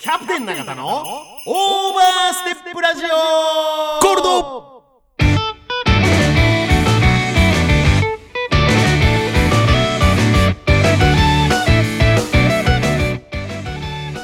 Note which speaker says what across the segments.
Speaker 1: キャプテン永田の
Speaker 2: オーバーステップラジオゴールド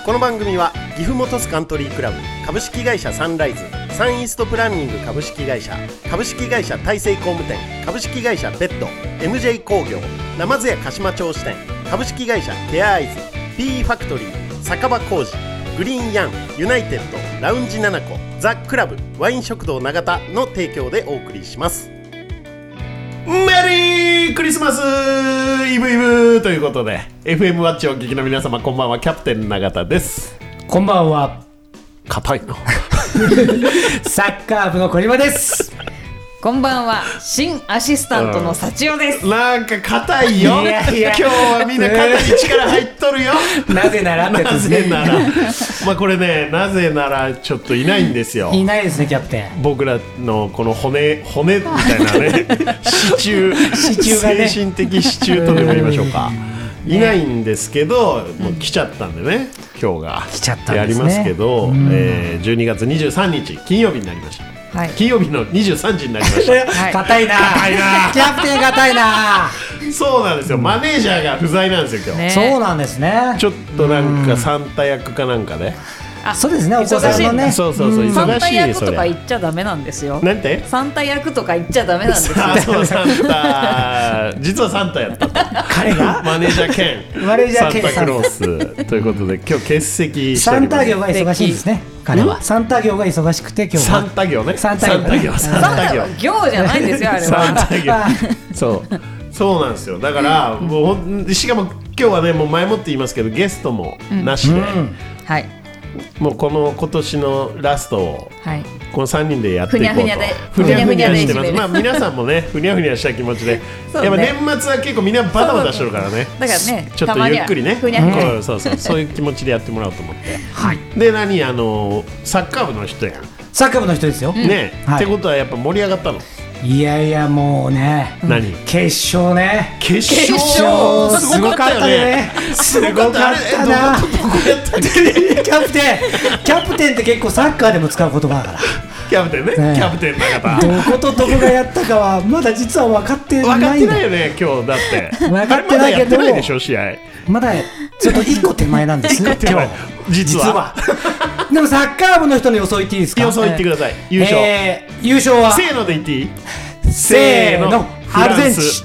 Speaker 1: この番組は岐阜本スカントリークラブ株式会社サンライズサンイーストプランニング株式会社株式会社大成工務店株式会社ベッド MJ 工業ナマズ屋鹿島町支店株式会社ケアアイズ P ファクトリー酒場工事グリーンヤンユナイテッドラウンジナナコザ・クラブワイン食堂永田の提供でお送りします
Speaker 2: メリークリスマスイブイブということで FM ワッチをお聞きの皆様こんばんはキャプテン永田です
Speaker 3: こんばんは、
Speaker 2: 硬いな
Speaker 3: サッカー部の小島です。
Speaker 4: こんばんは、新アシスタントの幸男です。
Speaker 2: なんか硬いよ
Speaker 3: いやいや
Speaker 2: 今日はみんな肩に力入っと るよ
Speaker 3: なぜならってや
Speaker 2: な
Speaker 3: つです
Speaker 2: ぜ
Speaker 3: ね。
Speaker 2: ならまあこれねなぜならちょっといないんですよ
Speaker 3: いないですね、キャプテン。
Speaker 2: 僕らのこの骨骨みたいなね支柱支
Speaker 3: 柱がね
Speaker 2: 精神的支柱とでも言いましょうかいないんですけど、もう来ちゃったんでね今日が
Speaker 3: 来ちゃったんですね
Speaker 2: やりますけど、えー、12月23日金曜日になりました、
Speaker 4: はい
Speaker 2: 金曜日の23時になりまし
Speaker 4: はい
Speaker 3: 硬いな。
Speaker 2: 硬いな
Speaker 3: キャプテン硬いな。
Speaker 2: たそうなんですよマネージャーが不在なんですよ今日、
Speaker 4: ね
Speaker 3: そうなんですね。
Speaker 2: ちょっとなんかサンタ役かなんかで、
Speaker 4: あ
Speaker 3: そうですね、お子さんのね。
Speaker 2: そうそうそう忙しい
Speaker 4: サンタ役と
Speaker 2: そ
Speaker 4: か
Speaker 2: れ
Speaker 4: 言っちゃダメなんですよ。
Speaker 2: なんて
Speaker 4: サンタ役とか言っちゃダメなんですよ。
Speaker 2: あそうサンタ実はサンタやったと
Speaker 3: 彼が
Speaker 2: マネージャー兼
Speaker 3: マネージャー兼
Speaker 2: サンタクロースということで今日欠席して
Speaker 3: サ
Speaker 2: おり
Speaker 3: ン
Speaker 2: ます
Speaker 3: タ業が忙しいんですね。彼は。サンタ業が忙しくて、今日は。
Speaker 2: サンタ業ね
Speaker 3: サンタ業ね
Speaker 2: サン
Speaker 4: サン
Speaker 2: タ
Speaker 4: タ
Speaker 2: 業
Speaker 4: は行じゃないんですよ、あれ
Speaker 2: サン
Speaker 4: は。
Speaker 2: タ業 そうそうなんですよだからもうほんしかも今日はねもう前もって言いますけどゲストもなしで、
Speaker 4: はい。
Speaker 2: もうこの今年のラストを
Speaker 4: はい。
Speaker 2: この三人でやっていこうと
Speaker 4: ふにゃふにゃで
Speaker 2: ふにゃふにゃしてま
Speaker 4: ふにゃふに
Speaker 2: まあ
Speaker 4: ゃです締める
Speaker 2: 皆さんもねふにゃふにゃした気持ちで
Speaker 4: そう
Speaker 2: や
Speaker 4: ね
Speaker 2: っぱ年末は結構みんなバタバタしてるからね
Speaker 4: だからね、
Speaker 2: ちょっとゆっくりね
Speaker 4: たまにはふにゃふにゃ。
Speaker 2: うん そうそうそういう気持ちでやってもらおうと思って、で何あのサッカー部の人やん、
Speaker 3: サッカー部の人ですよ。
Speaker 2: ね、
Speaker 3: はい
Speaker 2: ってことはやっぱ盛り上がったの、
Speaker 3: いやいや、もうね。
Speaker 2: 何
Speaker 3: 決勝ね。
Speaker 2: 決勝
Speaker 3: 決勝
Speaker 2: すごかったよね
Speaker 3: すごかったね
Speaker 2: すごかったあれえどこどこやったっけ
Speaker 3: キャプテン、キャプテンって結構サッカーでも使う言葉だから。
Speaker 2: キャプテンね
Speaker 3: ね
Speaker 2: キャプテン永
Speaker 3: ど
Speaker 2: 田
Speaker 3: ことどこがやったかはまだ実は分かってない
Speaker 2: 分
Speaker 3: んだ
Speaker 2: かってないよね今日だって
Speaker 3: 分かってないけど
Speaker 2: あれまだやってないでしょ試合
Speaker 3: まだちょっと一個手前なんですね
Speaker 2: 手
Speaker 3: 今
Speaker 2: 前
Speaker 3: 日
Speaker 2: 実は
Speaker 3: でもサッカー部の人の予想言っていいですか
Speaker 2: 予想言ってください優勝、
Speaker 3: えー優勝は
Speaker 2: せーので言っていい
Speaker 3: せーの
Speaker 2: フ
Speaker 3: ア
Speaker 2: ラ
Speaker 3: ルゼ
Speaker 2: ン
Speaker 3: ンチ
Speaker 2: ス
Speaker 3: ン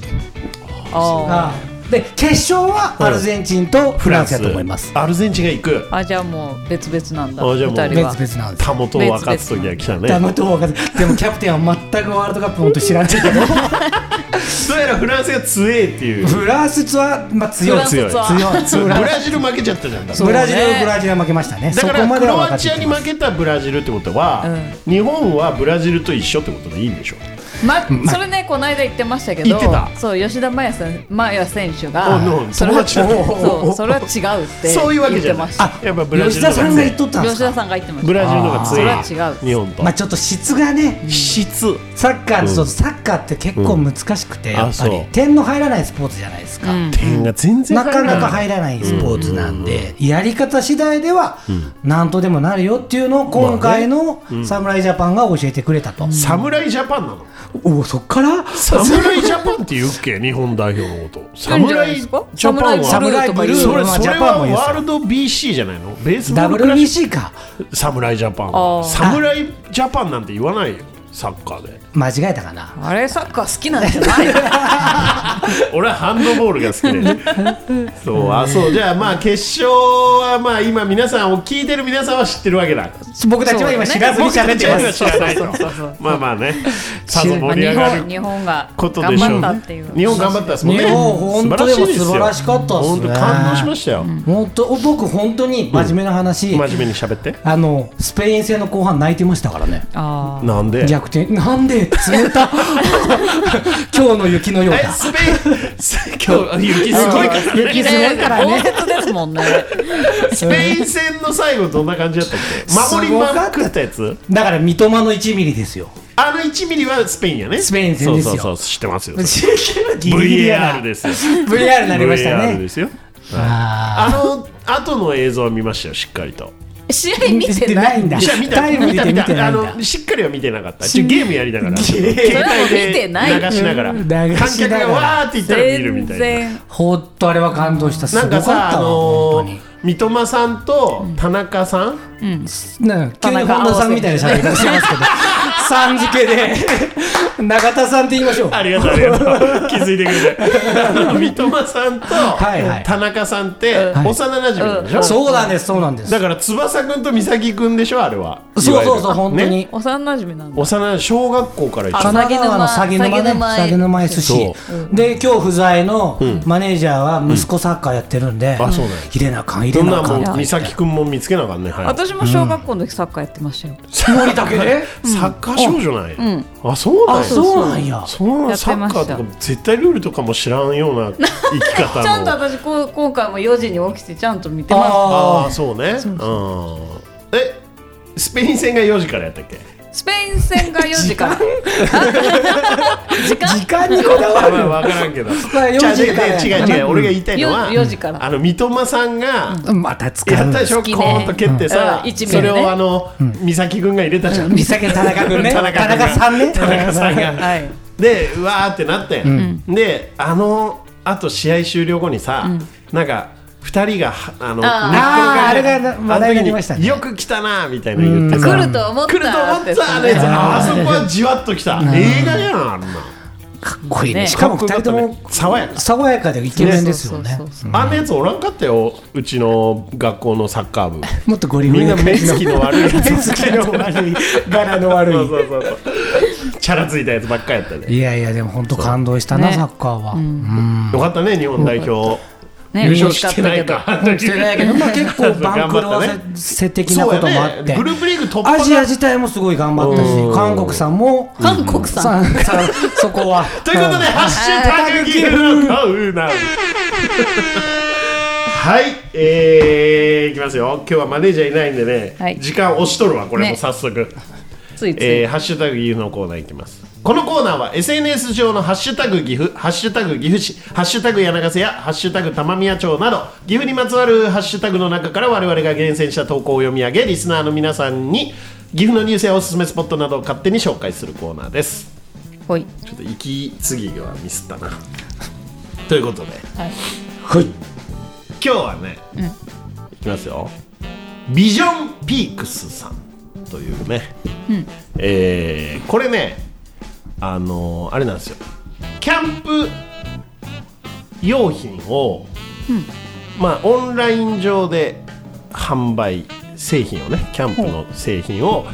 Speaker 4: あ
Speaker 3: あーで決勝はアルゼンチンとフランスだと思います
Speaker 2: アルゼンチンが行く
Speaker 4: ーあ、じゃあもう別々なんだ、
Speaker 2: あじゃあ
Speaker 4: 二
Speaker 2: もう
Speaker 4: 人は
Speaker 3: 別。々なんです
Speaker 2: たもとを分かつ時が来たね
Speaker 3: ダムと分かるでもキャプテンは全くワールドカップ本当知らないけど
Speaker 2: どうやらフランスが強えっていう
Speaker 3: フランスはまあ強い
Speaker 4: フランスは
Speaker 3: 強い
Speaker 2: ブラジル負けちゃったじゃんだ
Speaker 4: う
Speaker 3: ブラジル
Speaker 4: そうね
Speaker 3: ブラジルは負けましたねそ
Speaker 2: か
Speaker 3: こ
Speaker 2: ら
Speaker 3: ま
Speaker 2: ク
Speaker 3: では
Speaker 2: ロ
Speaker 3: 分か
Speaker 2: ア
Speaker 3: って
Speaker 2: チアに
Speaker 3: きます
Speaker 2: 負けたブラジルってことは、
Speaker 4: う
Speaker 2: 日本はブラジルと一緒ってことでいいんでしょ
Speaker 4: ま、それね、この間言ってましたけど、
Speaker 2: 言ってた
Speaker 4: そう、吉田麻也さん麻也選手
Speaker 2: お
Speaker 4: が
Speaker 2: うおう、
Speaker 4: それ
Speaker 2: 友
Speaker 4: は
Speaker 2: 達だね
Speaker 4: そうそれは違うって
Speaker 2: そういうわけ
Speaker 4: 言っ
Speaker 2: じゃ
Speaker 4: て
Speaker 2: ない
Speaker 4: ました。
Speaker 3: あ
Speaker 2: やっぱブラジ
Speaker 3: 吉
Speaker 2: ルの方が
Speaker 3: 田さんが言っとったんです
Speaker 4: 吉
Speaker 3: か
Speaker 4: 田さんが言ってました。
Speaker 2: ブラジルの方が強い
Speaker 4: あーそれは違う
Speaker 2: 日本と、
Speaker 3: まあちょっと質がね
Speaker 2: 質
Speaker 3: サッカーそうサッカーって結構難しくて、
Speaker 2: ん
Speaker 3: やっぱ
Speaker 2: あそ
Speaker 3: り
Speaker 2: う
Speaker 3: 点の入らないスポーツじゃないですか、
Speaker 4: うん
Speaker 2: 点が全然
Speaker 3: な
Speaker 2: 入ら
Speaker 3: か
Speaker 2: ない
Speaker 3: なか入らないスポーツなんで、やり方次第ではなんとでもなるよっていうのを今回の侍ジャパンが教えてくれたと、
Speaker 2: 侍ジャパンなの
Speaker 3: おおそっから
Speaker 2: 侍ジャパンって言うっけ日本代表のこと
Speaker 4: なんじゃない
Speaker 2: 侍
Speaker 4: で
Speaker 2: ジ
Speaker 4: す
Speaker 2: ャ
Speaker 4: か
Speaker 2: パンは
Speaker 4: サムライブルー
Speaker 3: サ
Speaker 2: そ
Speaker 3: ムラ
Speaker 2: れ
Speaker 3: イブルー
Speaker 2: それ
Speaker 3: ジャパ
Speaker 2: は
Speaker 3: ンも言う
Speaker 2: ワールド BC じゃないのベースボールクラシッ
Speaker 3: WBC か
Speaker 2: ク侍ジャパン
Speaker 4: あー
Speaker 2: 侍ジャパンなんて言わないよサッカーで
Speaker 3: 間違えたかな
Speaker 4: あれサッカー好きなんじゃないの
Speaker 2: 俺はハンドボールが好きでそうあそうじゃあまあ決勝はまあ今皆さんを聞いてる皆さんは知ってるわけだ
Speaker 3: 僕たちは今知らずに喋ってます
Speaker 2: 僕たちは今知らないとまあまあねさぞ盛り上が
Speaker 4: 日本
Speaker 2: る
Speaker 4: 日本が
Speaker 2: こと
Speaker 4: 頑
Speaker 2: でしょ
Speaker 4: 張
Speaker 2: う
Speaker 4: ったっていう。
Speaker 2: 日本頑張ったですもんね
Speaker 3: 日本本当に素晴らしかったですね
Speaker 2: 本当感動しましたよ、
Speaker 3: 本当お僕本当に真面目な話、
Speaker 2: 真面目に喋って
Speaker 3: あのスペイン戦の後半泣いてましたからね
Speaker 4: あー
Speaker 2: なんで
Speaker 3: 逆転なんで冷た 今日の雪のよう
Speaker 2: え
Speaker 3: だ
Speaker 2: スペイン今日雪すごいからね
Speaker 3: 雪すごいからね
Speaker 4: 豪雪ですもんね。
Speaker 2: スペイン戦の最後どんな感じだったっけ守りまくったやつ
Speaker 3: だから三笘の1ミリですよ。
Speaker 2: あの1ミリはスペインやね
Speaker 3: スペイン戦ですよ
Speaker 2: そうそうそう知ってますよ
Speaker 3: VAR
Speaker 2: VAR ですよ
Speaker 3: VAR になりました
Speaker 2: VAR
Speaker 3: ね。
Speaker 2: ですよ
Speaker 3: あ
Speaker 2: あの後の映像は見ましたよしっかりと
Speaker 4: 試合見てない
Speaker 3: いんだ。
Speaker 2: じゃあ見た
Speaker 3: タイム見
Speaker 2: 見た
Speaker 3: て
Speaker 2: 見
Speaker 3: 見
Speaker 2: た
Speaker 3: てな
Speaker 2: あ
Speaker 3: いんだ
Speaker 2: の。しっかりは見てなかったちょゲームやりながら
Speaker 3: ゲー
Speaker 2: 携
Speaker 3: ム
Speaker 4: それは
Speaker 2: 帯
Speaker 4: 見て
Speaker 2: で
Speaker 4: ない
Speaker 2: 流しながら
Speaker 3: うん流しながら
Speaker 2: 観客がわーって言ったら見るみ
Speaker 4: 全
Speaker 2: たいな
Speaker 4: 然
Speaker 3: ほっとあれは感動した。すご
Speaker 2: な
Speaker 3: か
Speaker 2: ん
Speaker 3: った
Speaker 2: かさあ
Speaker 3: わ本
Speaker 2: の
Speaker 3: 当に
Speaker 2: ー三笘さんと田中さん
Speaker 3: なんか急に本田さんみたいな喋り方してますけど、さん付けで、永田さんって言いましょう。
Speaker 2: ありがとうありがとう気づいてくれて あの三笘さんと
Speaker 3: はいはい
Speaker 2: 田中さんって
Speaker 3: はい
Speaker 2: 幼馴染なんでしょ
Speaker 3: そうなんです、そうなんです。
Speaker 2: だから翼くんと美咲くんでしょあれは
Speaker 3: そうそう
Speaker 2: いわゆ
Speaker 3: そう、
Speaker 2: る
Speaker 3: 本当
Speaker 2: ね
Speaker 3: に。
Speaker 4: 幼馴染なんだ
Speaker 2: 幼馴染小学校から一緒
Speaker 4: あ
Speaker 3: 神奈川の下げ沼ね、下
Speaker 4: 下
Speaker 3: げ
Speaker 4: げ
Speaker 3: 沼
Speaker 4: 沼
Speaker 3: へ寿司
Speaker 2: そ。
Speaker 3: で、今日不在のマネージャーは息子サッカーやってるんで
Speaker 2: あそうなんや、
Speaker 3: 入れなあかん、入
Speaker 2: ど
Speaker 3: れ
Speaker 2: ん
Speaker 3: な
Speaker 2: な
Speaker 3: あかん。
Speaker 2: もん美咲くんも見つけなあかんね早く
Speaker 4: 私も小学校の時サッカーやってましたよ
Speaker 3: 森だけで
Speaker 2: サッカー少女なんや、あそうなんや
Speaker 3: あ、そうなんや。
Speaker 2: そん
Speaker 4: や
Speaker 2: な
Speaker 4: っ
Speaker 2: サッ
Speaker 4: てまし
Speaker 2: カ
Speaker 4: た
Speaker 2: ーとか絶対ルールとかも知らんような生き方 の
Speaker 4: ちゃんと私こう今回も4時に起きてちゃんと見てま
Speaker 2: ああ
Speaker 3: あ
Speaker 2: そうねうんえスペイン戦が4時からやったっけ
Speaker 4: すスペイン戦が4時から
Speaker 3: あ、
Speaker 4: 時間
Speaker 3: 時間にこだわる。
Speaker 2: まあ分からんけど
Speaker 3: あ4時から
Speaker 2: じゃあねね違う違う俺が言いたいのは
Speaker 4: よ4時から
Speaker 2: あの三笘さんが
Speaker 3: また使
Speaker 2: や
Speaker 3: う
Speaker 2: ったでしょ
Speaker 4: 好き
Speaker 2: コ
Speaker 4: ね
Speaker 2: ーンと蹴ってさ
Speaker 4: うん一
Speaker 2: そ
Speaker 4: 名
Speaker 2: れ
Speaker 4: でね
Speaker 2: をあの美咲くんが入れたじゃん
Speaker 3: 美咲田中君ね
Speaker 2: 田
Speaker 3: 田
Speaker 2: 中君が
Speaker 3: 中さんね
Speaker 2: 田中さんが
Speaker 4: はい
Speaker 2: でうわーってなって、であのあと試合終了後にさ、なんか2人がはあの
Speaker 3: あー
Speaker 2: 根っこ
Speaker 3: あれが話題になりましたね
Speaker 2: あの時によく来たなーみたいな言ってさ、
Speaker 4: 来ると思った
Speaker 2: 来ると思ったーのやつあそこはじわっと来た映画やんあんな
Speaker 3: かっこいいね
Speaker 4: ね
Speaker 3: しかも2人
Speaker 2: か
Speaker 3: と
Speaker 2: っこよ
Speaker 3: も
Speaker 2: かったね爽やか
Speaker 3: 爽やかでイケメンですよね
Speaker 4: そうそうそうそう
Speaker 2: あんなやつおらんかったようちの学校のサッカー部
Speaker 3: もっとゴリゴ
Speaker 2: み
Speaker 3: リ
Speaker 2: んな
Speaker 3: な
Speaker 2: 目つきの悪いやつ
Speaker 3: 目つきの悪い柄の悪
Speaker 2: そう
Speaker 3: い
Speaker 2: そうそうそうチャラついたやつばっかやったで
Speaker 3: いやいやでも本当感動したな、
Speaker 4: ね
Speaker 3: サッカーは、
Speaker 2: よかったね日本代表
Speaker 4: ね
Speaker 2: 優
Speaker 4: 嬉
Speaker 2: 勝
Speaker 4: しかっ
Speaker 2: したてな
Speaker 4: け
Speaker 2: い
Speaker 4: ど
Speaker 2: かあの時
Speaker 3: してないけど、まあ、結構番狂わ
Speaker 2: 頑張ったね
Speaker 3: せせ的なこともあ
Speaker 2: そ
Speaker 3: っ
Speaker 2: う
Speaker 3: て、
Speaker 2: やねグループリーグ突破が
Speaker 3: アジア自体もすごい頑張った
Speaker 2: う
Speaker 3: し
Speaker 2: ん
Speaker 3: 韓国さんも
Speaker 4: 韓国さん
Speaker 3: んさんそこは
Speaker 2: ということで、ハッシュタグギフのコー ナー。はい、えー、いきますよ。今日はマネージャーいないんでね、
Speaker 4: はい
Speaker 2: 時間押しとるわ、これも
Speaker 4: ね
Speaker 2: 早速。
Speaker 4: ついつい、
Speaker 2: えー、ハッシュタグ岐阜のコーナーいきますこのコーナーは SNS 上のハッシュタグ岐阜ハッシュタグ岐阜市ハッシュタグ柳ヶ瀬やハッシュタグ玉宮町など岐阜にまつわるハッシュタグの中から我々が厳選した投稿を読み上げリスナーの皆さんに岐阜のニュースやおすすめスポットなどを勝手に紹介するコーナーです
Speaker 4: ほい
Speaker 2: ちょっと息継ぎはミスったな。 ということで、
Speaker 4: はい
Speaker 2: 今日はね、いきますよ。ビジョンピークスさんというね、えーこれね、あのーあれなんですよ。キャンプ用品を、まあオンライン上で販売製品をね、キャンプの製品を。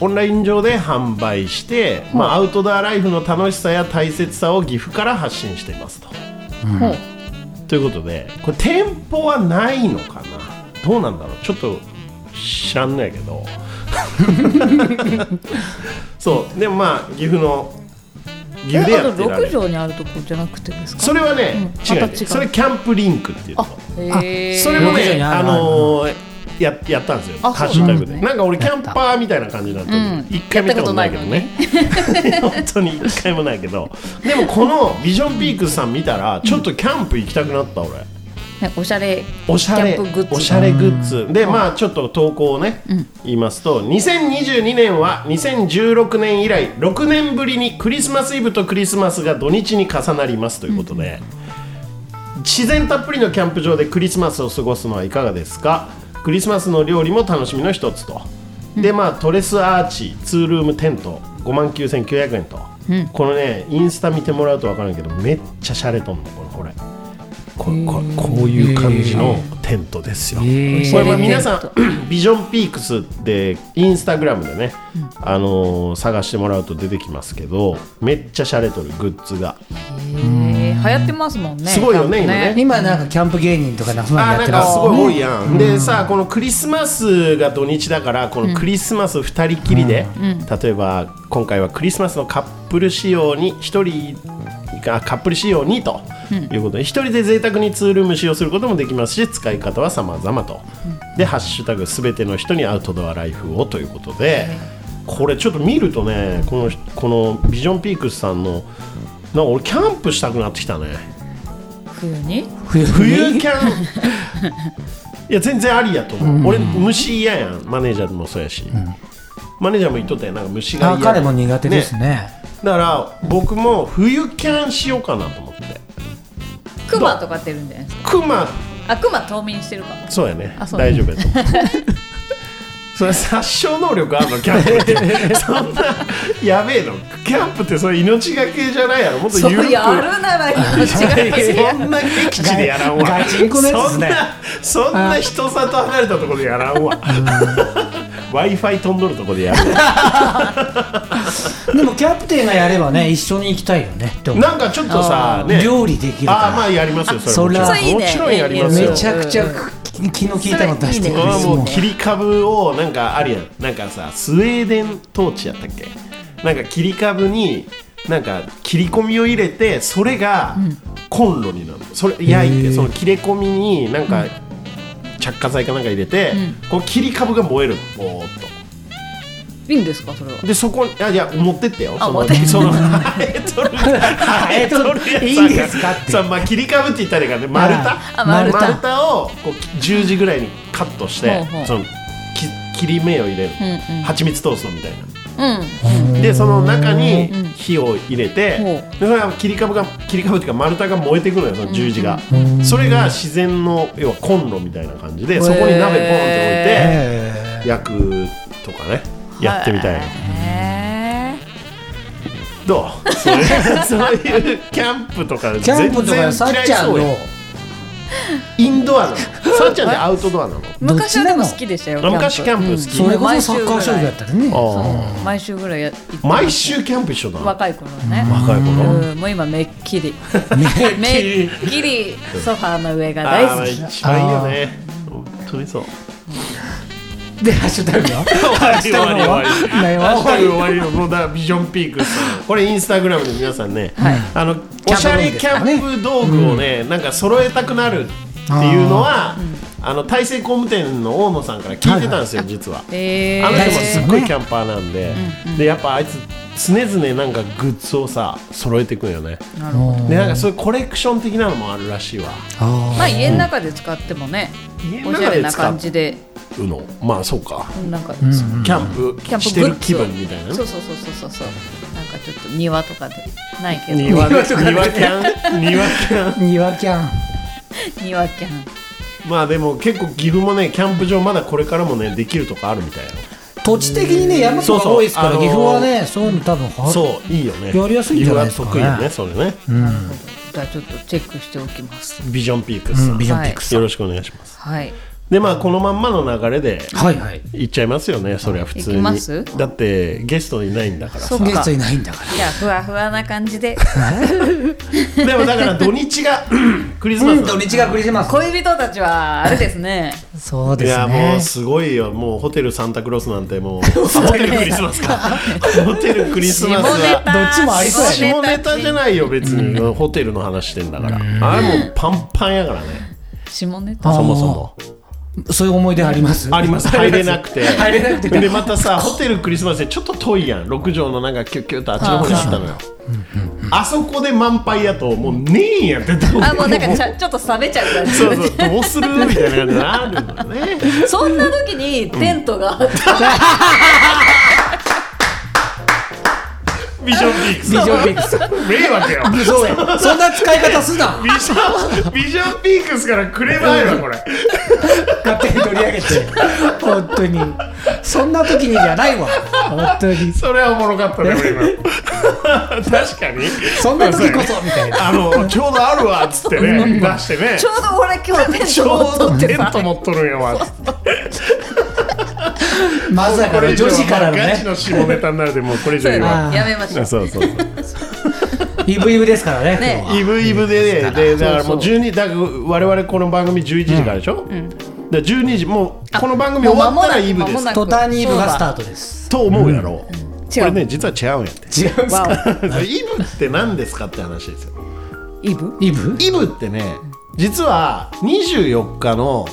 Speaker 2: オンライン上で販売して、まあ、アウトドアライフの楽しさや大切さを岐阜から発信していますと。
Speaker 4: ほう
Speaker 2: ということでこれ店舗はないのかなどうなんだろうちょっと知らんのやけ どそうでもまあ岐阜の岐
Speaker 4: え
Speaker 2: 阜で
Speaker 4: あ
Speaker 2: や
Speaker 4: と
Speaker 2: ってら
Speaker 4: 6
Speaker 2: れる
Speaker 4: 畳にあるとこじゃなくてですか
Speaker 2: それはね、
Speaker 4: うん
Speaker 2: 違う,、
Speaker 4: また違う
Speaker 2: それキャンプリンクっていうとこ
Speaker 4: あへー
Speaker 2: それもね、
Speaker 3: あ
Speaker 2: あのーややったんですよ、
Speaker 4: あ
Speaker 2: ハッシュタグ
Speaker 4: そう
Speaker 2: で。
Speaker 4: なんですね
Speaker 2: なんか俺、キャンパーみたいな感じになった
Speaker 4: うん
Speaker 2: 一回見たことないけどね。 本当に一回もないけど、でもこのビジョンピークさん見たら、ちょっとキャンプ行きたくなった、俺。
Speaker 4: ねおしゃれ
Speaker 2: おしゃれ
Speaker 4: キャンプグッズ
Speaker 2: おしゃれグッズでまあちょっと投稿をね、言いますと2022年は2016年以来6年ぶりにクリスマスイブとクリスマスが土日に重なりますということで、自然たっぷりのキャンプ場でクリスマスを過ごすのはいかがですかクリスマスの料理も楽しみの一つと、でまあトレスアーチツールームテント5万9900円と、このねインスタ見てもらうと分かるんやけどめっちゃシャレとんのこれこれこここういう感じのテントですよ。これは皆さんビジョンピークスでインスタグラムでね、あのー探してもらうと出てきますけどめっちゃシャレとるグッズが、
Speaker 4: へー流行ってますもんね
Speaker 2: すごいよね
Speaker 4: キャンプ
Speaker 2: 今ね
Speaker 3: 今なんかキャンプ芸人とかなんかそういうの
Speaker 2: あー
Speaker 3: やっ
Speaker 2: なん
Speaker 3: てま
Speaker 2: か
Speaker 3: す
Speaker 2: すごい多いやん、でさこのクリスマスが土日だからこのクリスマス2人きりで、例えば今回はクリスマスのカップル仕様に1人がカップル仕様にということで、1人で贅沢にツールーム使用することもできますし使い方は様々と、で「ハッシュタグすべての人にアウトドアライフを」ということで、これちょっと見るとねこのこのビジョンピークスさんのなんか俺キャンプしたくなってきたね。
Speaker 4: 冬に
Speaker 3: 冬
Speaker 2: 冬キャンいや全然ありやと思う、俺虫嫌やんマネージャーもそうやし、マネージャーも言っとったやんなんか虫が
Speaker 3: あ
Speaker 2: 嫌や
Speaker 3: 彼も苦手ですね
Speaker 2: だから僕も冬キャンしようかなと思って
Speaker 4: クマとかってるんじゃないですか
Speaker 2: クマ
Speaker 4: あクマ冬眠してるかも
Speaker 2: そうやね
Speaker 4: あそう
Speaker 2: 大丈夫やと思 うそれ殺傷能力あるのキャンプってそんなやべえのキャンプってそれ命がけじゃないやろもっと
Speaker 4: そ
Speaker 2: 緩く
Speaker 4: うやるなら 命がけでや
Speaker 2: そんな敵地でやらんわ。
Speaker 3: ガガチンコのやつっ
Speaker 2: そ
Speaker 3: す
Speaker 2: ん
Speaker 3: ね
Speaker 2: な、そんな人里離れたところでやらんわ。Wi-Fi 飛んどるとこでやるわ。
Speaker 3: でもキャプテンがやればね一緒に行きたいよねって思 う
Speaker 2: なんかちょっとさ、ね。
Speaker 3: 料理できるから
Speaker 2: あーまあやりますよ、それもちろん。
Speaker 3: それい
Speaker 4: いね
Speaker 2: もちろんやります
Speaker 4: いい
Speaker 2: よ
Speaker 4: ね
Speaker 3: め。ちゃくちゃ気気の利いたの出してく
Speaker 2: こ
Speaker 3: る
Speaker 2: れはも
Speaker 3: も
Speaker 2: う
Speaker 3: う
Speaker 2: 切り株をなんかあるやんなんかさスウェーデン統治やったっけなんか切り株になんか切り込みを入れてそれがコンロになるのそれ焼いてその切れ込みになんか着火剤かなんか入れて、この切り株が燃えるのぼーっと。
Speaker 4: いいんですかそれは
Speaker 2: でそこにあいや持ってってよ
Speaker 4: あ
Speaker 2: その
Speaker 4: 持ってって
Speaker 2: そのハエ取るハエ取るやつ
Speaker 3: いいんですかって
Speaker 2: さまあ切り株って言ったらいいからね丸太
Speaker 3: あ
Speaker 4: あ丸太
Speaker 2: 丸太をこう10時ぐらいにカットして
Speaker 4: ほうほう
Speaker 2: そのき切り目を入れる
Speaker 4: うんうん
Speaker 2: 蜂蜜トーストみたい
Speaker 4: うん
Speaker 2: なでその中に火を入れて
Speaker 4: ほう
Speaker 2: でそれは切り株が切り株っていうか丸太が燃えていくのよその十字がそれが自然の要はコンロみたいな感じでそこに鍋ポンって置いて
Speaker 3: え
Speaker 2: 焼くとかねやってみたいな。
Speaker 4: へ
Speaker 2: どう そういうそういうキャンプとか
Speaker 3: ーキャンプとかさ
Speaker 2: 全然嫌
Speaker 3: っ
Speaker 2: い
Speaker 3: ちゃん
Speaker 2: そうや
Speaker 3: の
Speaker 2: インドアなのさっちゃんってアウトドアなの
Speaker 4: ー昔はでも好きでしたよ
Speaker 2: あ昔キャンプ好き
Speaker 3: それこそサッカー少女やったらね
Speaker 2: あ
Speaker 4: うん毎週ぐらいや行ってました
Speaker 2: 毎週キャンプ一緒だな
Speaker 4: 若い頃ね
Speaker 2: 若い頃
Speaker 4: うんもう今めっきりめ
Speaker 2: め
Speaker 4: っきりソファーの上が大
Speaker 2: あ
Speaker 4: 好き
Speaker 2: ー一番いいよね本当にそう
Speaker 3: でハッシュタグよ
Speaker 2: 終わり終わり終わり
Speaker 3: ないわ
Speaker 2: ハッシュタグ終わりよもうだからビジョンピークさんこれインスタグラムで皆さんね、
Speaker 4: はい
Speaker 2: あのおしゃれキャンプ道具をね、なんか揃えたくなるっていうのはあの大成工務店の大野さんから聞いてたんですよ、実は。
Speaker 4: えー
Speaker 2: あの人もすっご
Speaker 3: え
Speaker 2: い
Speaker 3: ー
Speaker 2: キャンパーなんで、でやっぱあいつ常々なんかグッズをさ揃えていくんよねでなんかそういうコレクション的なのもあるらしいわ
Speaker 3: あ
Speaker 4: まあ家の中で使ってもね
Speaker 2: 家の
Speaker 4: おしゃ
Speaker 2: 中
Speaker 4: れ
Speaker 2: で
Speaker 4: な
Speaker 2: 使
Speaker 4: 感じで
Speaker 2: うのまあそうか、
Speaker 4: なんか
Speaker 2: キャンプ
Speaker 4: キャンプ
Speaker 2: して
Speaker 4: グ
Speaker 2: る
Speaker 4: ッ
Speaker 2: 気
Speaker 4: ズを
Speaker 2: 分みたいなね
Speaker 4: そうそうそうそうそうそうなんかちょっと庭とかでないけど
Speaker 2: 庭で庭キャン庭キャン
Speaker 3: ー庭キャン
Speaker 4: 庭キャン
Speaker 2: まあでも結構岐阜もねキャンプ場まだこれからもねできるとこあるみたいよ
Speaker 3: 土地的にね山とか多いですから
Speaker 2: そうそう
Speaker 3: 岐
Speaker 2: あのー
Speaker 3: 阜はねそういうの多分は
Speaker 2: そういいよね
Speaker 3: やりやすいんじゃないですかね
Speaker 2: 岐阜は得意よねそれね、
Speaker 4: じゃあちょっとチェックしておきます
Speaker 2: ビジョンピークスさん、
Speaker 3: ビジョンピ
Speaker 4: ッ
Speaker 2: クスよろしくお願いします
Speaker 4: はい
Speaker 2: でまあこのまんまの流れで
Speaker 3: はいはい
Speaker 2: 行っちゃいますよねそりゃ普通
Speaker 4: 行き
Speaker 2: に
Speaker 4: ます
Speaker 2: だってゲストいないんだから
Speaker 4: そう
Speaker 3: ゲ
Speaker 4: か
Speaker 3: ストい
Speaker 4: じ
Speaker 3: ないんだから
Speaker 4: ゃあふわふわな感 じで
Speaker 2: でもだから土日がクリスマスなんだ
Speaker 3: 日がクリスマ
Speaker 4: 恋人たちはあれですね
Speaker 3: そう
Speaker 2: い
Speaker 3: で
Speaker 2: やも
Speaker 3: す
Speaker 2: う
Speaker 3: ね
Speaker 2: すごいよもうホテルサンタクロースなんて もうあホテルクリスマスかホテルクリスマスは
Speaker 3: どっちもありそうや
Speaker 2: 下ネタじゃないよ別にホテルの話してんだからあれもうパンパンやからね
Speaker 4: 下ネタ
Speaker 3: あー
Speaker 2: そもそも
Speaker 3: そういう思い出あります
Speaker 2: あります入れなくて
Speaker 3: 入れなくて
Speaker 2: でまたさホテルクリスマスでちょっと遠いやん6畳のなんかキュッキュッとあっちの方にあったのよあそこで満杯やともうねえんやってと思う
Speaker 4: あもうなんかちゃちょっと冷めちゃう感じ
Speaker 2: そうそう、どうするみたいな感じになるのね。
Speaker 4: そんな時にテントがあって
Speaker 2: ビジョンピークス。
Speaker 3: ビジョンピークス
Speaker 2: 迷惑よ。
Speaker 3: そうやそんな使い方す な
Speaker 2: ビジョン、ビジョンピークスからくれないわ、これ。
Speaker 3: 勝手に取り上げて本当にそんな時にじゃないわ本当に
Speaker 2: それはおもろかったね、俺今。 確かに。
Speaker 3: そんな時こそみたいな
Speaker 2: あの、ちょうどあるわ、つってね、出してね
Speaker 4: ち。ょうど俺今日テン
Speaker 2: ちょ
Speaker 4: トを
Speaker 2: う
Speaker 4: 取
Speaker 2: ど
Speaker 4: って
Speaker 2: テン
Speaker 4: さ
Speaker 2: ト持っとるんやわ。つって
Speaker 3: まさか
Speaker 2: こ
Speaker 3: の
Speaker 2: れ以上
Speaker 3: 女
Speaker 2: は
Speaker 3: 子からの
Speaker 2: ガチ
Speaker 3: ね
Speaker 2: の下ネタになるで、もうこれ以上言わん
Speaker 3: あー
Speaker 4: やめましょう
Speaker 2: そうそうそう。
Speaker 3: イブイブですからね
Speaker 4: ね
Speaker 3: 今日は
Speaker 2: イブイブでね、で、だからもう12、だから我々この番組11時からでしょだから12時、もうこの番組終わったらイブですから
Speaker 3: 途端にイブがスタートです
Speaker 2: と思うやろ、こ
Speaker 4: 違う
Speaker 2: れね実は違うんやっ
Speaker 3: 違うんですか
Speaker 2: て イブって何ですかって話ですよ
Speaker 4: イブ
Speaker 3: イブ
Speaker 2: イブってね実は24日の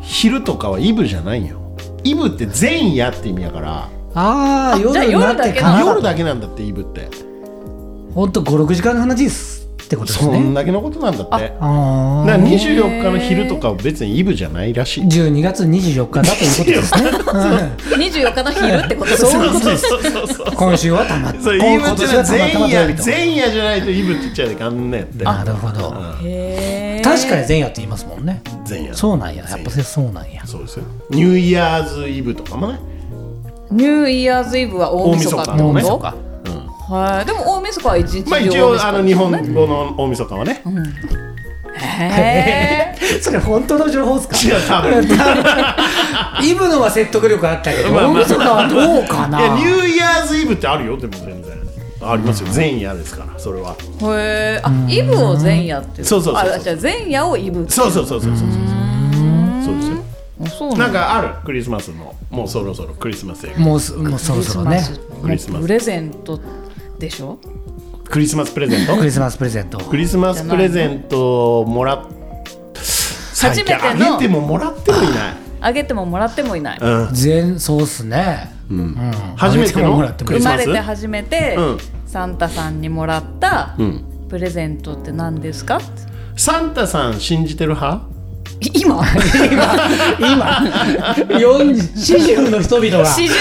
Speaker 2: 昼とかはイブじゃないんよイブって前夜って意味やから
Speaker 3: ああ
Speaker 4: じゃあ
Speaker 3: 夜になってか
Speaker 4: あ
Speaker 3: ら
Speaker 2: 夜だけなんだってイブって
Speaker 3: ほんと56時間の話ですってことです
Speaker 2: そん
Speaker 3: ね。
Speaker 2: だけのことなんだって
Speaker 3: あ
Speaker 2: だから
Speaker 3: あ、
Speaker 2: 24日の昼とかは別にイブじゃないらしい
Speaker 3: 12月24日だということです ね。はい
Speaker 4: 24日の昼ってことです
Speaker 3: そういうことです。
Speaker 2: そうそうそう
Speaker 3: 今週はたま
Speaker 2: それイブってのは前夜前夜じゃないとイブって言っちゃいかんねんって
Speaker 3: なるほど。
Speaker 4: へー
Speaker 3: 確かに前夜って言いますもんね。
Speaker 2: 前夜
Speaker 3: そうなんや。やっぱそうなんや。
Speaker 2: そうですよニューイヤーズイブとかもね
Speaker 4: ニューイヤーズイブは大晦日って
Speaker 2: 大
Speaker 4: こ
Speaker 2: 晦
Speaker 4: と
Speaker 2: 日か
Speaker 4: はいでも大晦日は一日中
Speaker 2: まあ一応あの日本語の大晦日はね
Speaker 4: へ ー
Speaker 3: それ本当の情報ですか
Speaker 2: 違う多分
Speaker 3: イブのは説得力あったけ ど、
Speaker 2: まあ
Speaker 3: 大
Speaker 2: まあ
Speaker 3: 晦日はどうか
Speaker 2: いや
Speaker 3: な
Speaker 2: ニューイヤーズイブってあるよでも全然ありますよ前夜ですからそれは
Speaker 4: へーあイブを前夜って
Speaker 2: そうそうそうそう
Speaker 4: あじゃあ前夜をイブ
Speaker 2: そうそうそうそうそうそうそうですよ
Speaker 4: あそう
Speaker 2: なん
Speaker 4: ん
Speaker 2: かあるクリスマスのもうそろそろクリスマスや
Speaker 3: もうすもうそろそろね。
Speaker 2: クリスマス
Speaker 4: プレゼントでしょ
Speaker 2: クリスマスプレゼント
Speaker 3: クリスマスプレゼント。
Speaker 2: クリスマスプレゼントをもらっ初
Speaker 4: めての
Speaker 2: あげてももらってもいない、
Speaker 4: あげてももらってもいない
Speaker 2: うん、
Speaker 3: 全そうっすね。うん。
Speaker 2: 初めて
Speaker 3: あげもも
Speaker 2: の
Speaker 3: らっても
Speaker 2: ク
Speaker 3: い
Speaker 2: リ
Speaker 3: い
Speaker 2: ス
Speaker 4: 生
Speaker 2: マ
Speaker 4: まれ
Speaker 2: ス
Speaker 4: て初めて、
Speaker 2: うん
Speaker 4: サンタさんにもらった
Speaker 2: ん
Speaker 4: プレゼントって何ですか、
Speaker 2: サンタさん信じてる派
Speaker 4: 今
Speaker 3: 今 四四十の人々が。
Speaker 4: 四十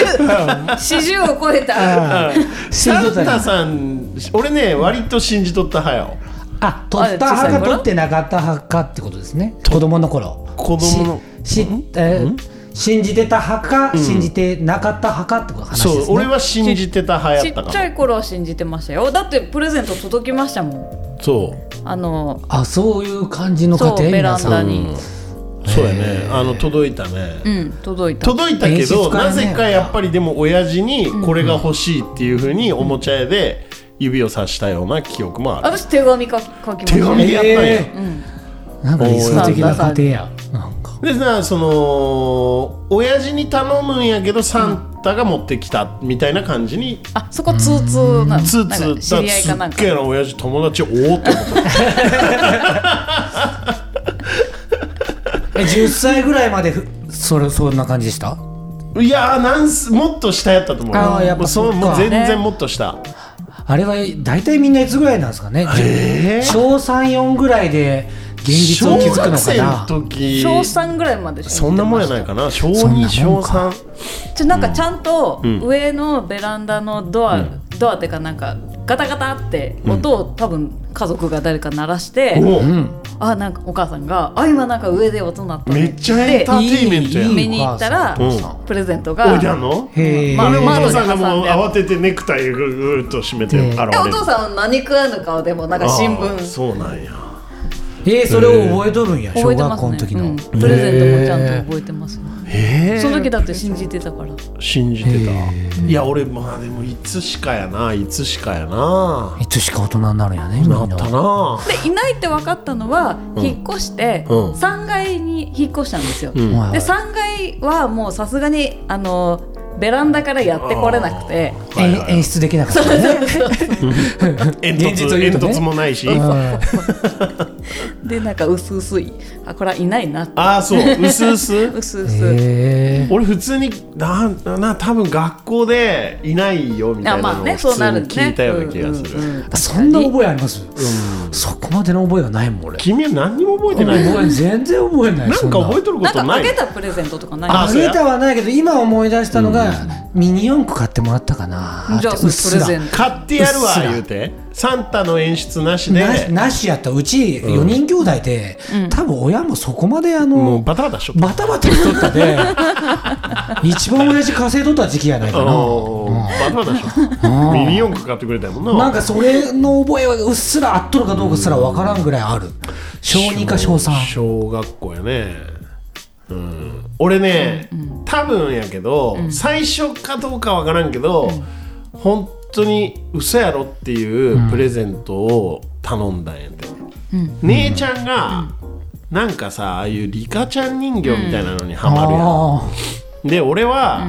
Speaker 4: 四十を超えた
Speaker 3: ああ信
Speaker 2: サ
Speaker 3: じと
Speaker 2: ン
Speaker 3: った
Speaker 2: タ
Speaker 3: ら
Speaker 2: さん俺ね割と信じとった派よ
Speaker 3: あ取った
Speaker 4: あ小さい
Speaker 3: 派か
Speaker 4: 頃
Speaker 3: 取ってなかった派かってことですね子供の頃
Speaker 2: 子供の
Speaker 3: し、えー信じてた派か、信じてなかった派かってこと話です
Speaker 2: そ
Speaker 3: ね
Speaker 2: う俺は信じてた派
Speaker 4: ち
Speaker 2: やった
Speaker 4: っ
Speaker 2: か
Speaker 4: ちゃ
Speaker 2: ら
Speaker 4: い頃は信じてましたよだってプレゼント届きましたもん
Speaker 2: そう
Speaker 4: あの
Speaker 3: あそういう感じの家
Speaker 4: そ
Speaker 3: 庭
Speaker 4: うベ
Speaker 3: 皆
Speaker 4: ラン
Speaker 3: さ
Speaker 4: ダ
Speaker 3: ん
Speaker 4: に
Speaker 2: そうやねあの届いたね、
Speaker 4: うん届いた
Speaker 2: 届いたけ
Speaker 3: 演出
Speaker 2: ど、
Speaker 3: 家やね
Speaker 2: なぜかやっぱりでも親父にこれが欲しいっていうふうにおもちゃ屋で指をさしたような記憶もある、
Speaker 4: 私手紙書き書きま
Speaker 2: 手
Speaker 4: した
Speaker 2: 紙やったんや、
Speaker 3: えーなんか理想的な家庭やなんか
Speaker 2: でなその親父に頼むんやけどサンタが持ってきたみたいな感じに、
Speaker 4: あそこ通通なの
Speaker 2: ツー
Speaker 4: な
Speaker 2: ツ
Speaker 4: んか知
Speaker 2: ー
Speaker 4: り合い
Speaker 2: す
Speaker 4: かな
Speaker 2: っ
Speaker 4: んか
Speaker 2: げえな親父友達おおって 思った
Speaker 3: え10歳ぐらいまでふそれそんな感じでした
Speaker 2: いやーなんすもっと下やったと思うよ
Speaker 3: あーやっぱ
Speaker 2: もう
Speaker 3: そっか
Speaker 2: もう全然もっと下、
Speaker 3: あれは大体みんないつぐらいなんですかね、
Speaker 2: えー
Speaker 3: 小34ぐらいで現実を気づくのか
Speaker 2: 小学
Speaker 3: な
Speaker 2: 生の時
Speaker 4: 小三ぐらいまで
Speaker 2: そんなもんやないかな小2
Speaker 3: そんなも
Speaker 2: 小
Speaker 3: んか
Speaker 2: 3
Speaker 4: ちょなんかちゃんと上のベランダのドア、ドアっていうかなんかガタガタって音を多分家族が誰か鳴らして、
Speaker 2: おお、
Speaker 4: あなんかお母さんが「あ今なんか上で音鳴ったね」
Speaker 2: めっちゃエンターテインメントやん
Speaker 3: いい
Speaker 4: 見に行ったら
Speaker 2: うん
Speaker 4: プレゼントが
Speaker 2: おいであんの
Speaker 3: へえ、
Speaker 4: まあ
Speaker 2: あれお
Speaker 4: まあ
Speaker 2: 父さんがもう
Speaker 4: 窓に挟んで
Speaker 2: 慌ててネクタイぐるぐるっと締めて
Speaker 3: ええ
Speaker 2: 現れる
Speaker 4: でお父さんは何食わぬ顔でもなんか新
Speaker 2: あー
Speaker 4: 聞
Speaker 2: そうなんや
Speaker 3: えーそれを覚えとるんや、
Speaker 4: 覚
Speaker 3: 小
Speaker 4: えてま
Speaker 3: 学
Speaker 4: す
Speaker 3: 校
Speaker 4: ね
Speaker 3: の時の、
Speaker 4: うん、プレゼントもちゃんと覚えてます、
Speaker 2: へえ
Speaker 4: その時だって信じてたから
Speaker 2: 信じてたいや俺まあでもいつしかやないつしかやない
Speaker 3: つしか大人になるんやねみん
Speaker 2: なったな
Speaker 4: でいないって分かったのは引っ越して
Speaker 2: うん
Speaker 4: 3階に引っ越したんですよ、
Speaker 2: ん
Speaker 3: はいはい
Speaker 4: で3階はもうさすがにあのベランダからやってこれなくて
Speaker 2: は
Speaker 3: え
Speaker 2: い
Speaker 3: ん
Speaker 2: はい
Speaker 3: 演出できな かったね
Speaker 2: 煙
Speaker 3: 現実
Speaker 2: 突
Speaker 3: を言う
Speaker 2: 煙
Speaker 3: とね
Speaker 2: 突もないし
Speaker 4: でなんか薄々いあこれはいないな
Speaker 2: ああそううすうす
Speaker 4: 薄々、
Speaker 3: へえ
Speaker 2: 俺普通になな多分学校でいないよみたいなのを普通に聞いたような気がする
Speaker 4: ん
Speaker 3: そんな覚えあります、そこまでの覚えがないもん俺
Speaker 2: 君は何にも覚えてない
Speaker 3: 覚え全然覚えな
Speaker 2: なん
Speaker 3: い
Speaker 2: か覚え
Speaker 3: て
Speaker 2: とるこ
Speaker 4: なん
Speaker 2: と
Speaker 4: か
Speaker 2: な
Speaker 4: あ
Speaker 2: い
Speaker 4: げたプレゼントとかない
Speaker 2: あ
Speaker 3: あげたはないけど今思い出したのが、ミニ四駆買ってもらったかな
Speaker 4: じゃあ
Speaker 3: うっすら
Speaker 4: プレゼント
Speaker 2: 買ってやる
Speaker 3: うっす
Speaker 2: わ
Speaker 3: ら
Speaker 2: 言うてサンタの演出なしで
Speaker 3: ななしやったうち4人兄弟で、多分親もそこまで
Speaker 2: も
Speaker 3: あの
Speaker 2: うバタバタしとった
Speaker 3: バタバタしとったで一番親父稼いとった時期やないか
Speaker 2: うんバタバタしとったミニ四駆買ってくれたもんな
Speaker 3: ななんかそれの覚えはうっすらあっとるかどうかすらわからんぐらいある小2か小3
Speaker 2: 小学校やねうん俺ね多分やけど最初かどうかわからんけど本当に嘘やろっていうプレゼントを頼んだんやて姉ちゃんがなんかさああいうリカちゃん人形みたいなのにハマるやん
Speaker 3: あ
Speaker 2: で俺は、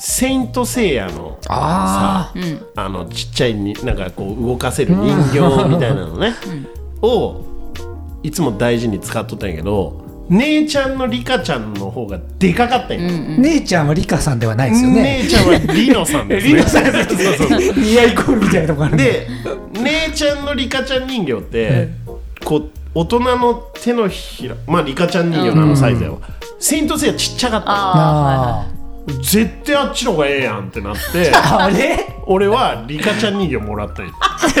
Speaker 2: セイントセイヤのさあ,、のちっちゃいになんかこう動かせる人 形みたいなのね、をいつも大事に使っとったんやけど姉ちゃんのリカちゃんの方がでかかったんや、
Speaker 3: 姉ちゃんはリカさんではないですよね。
Speaker 2: 姉ちゃんはリノさんですね
Speaker 3: リノさんで
Speaker 2: そうそうそう
Speaker 3: ニアイコールみたいなとこあるね。
Speaker 2: で姉ちゃんのリカちゃん人形ってこう大人の手のひらまあリカちゃん人形のあのサイズやわ、セイントセイヤちっちゃかった
Speaker 3: あ
Speaker 4: あ
Speaker 2: の絶対あっちの方がええやんってなって
Speaker 3: ああれ
Speaker 2: 俺はリカちゃん人形もらったん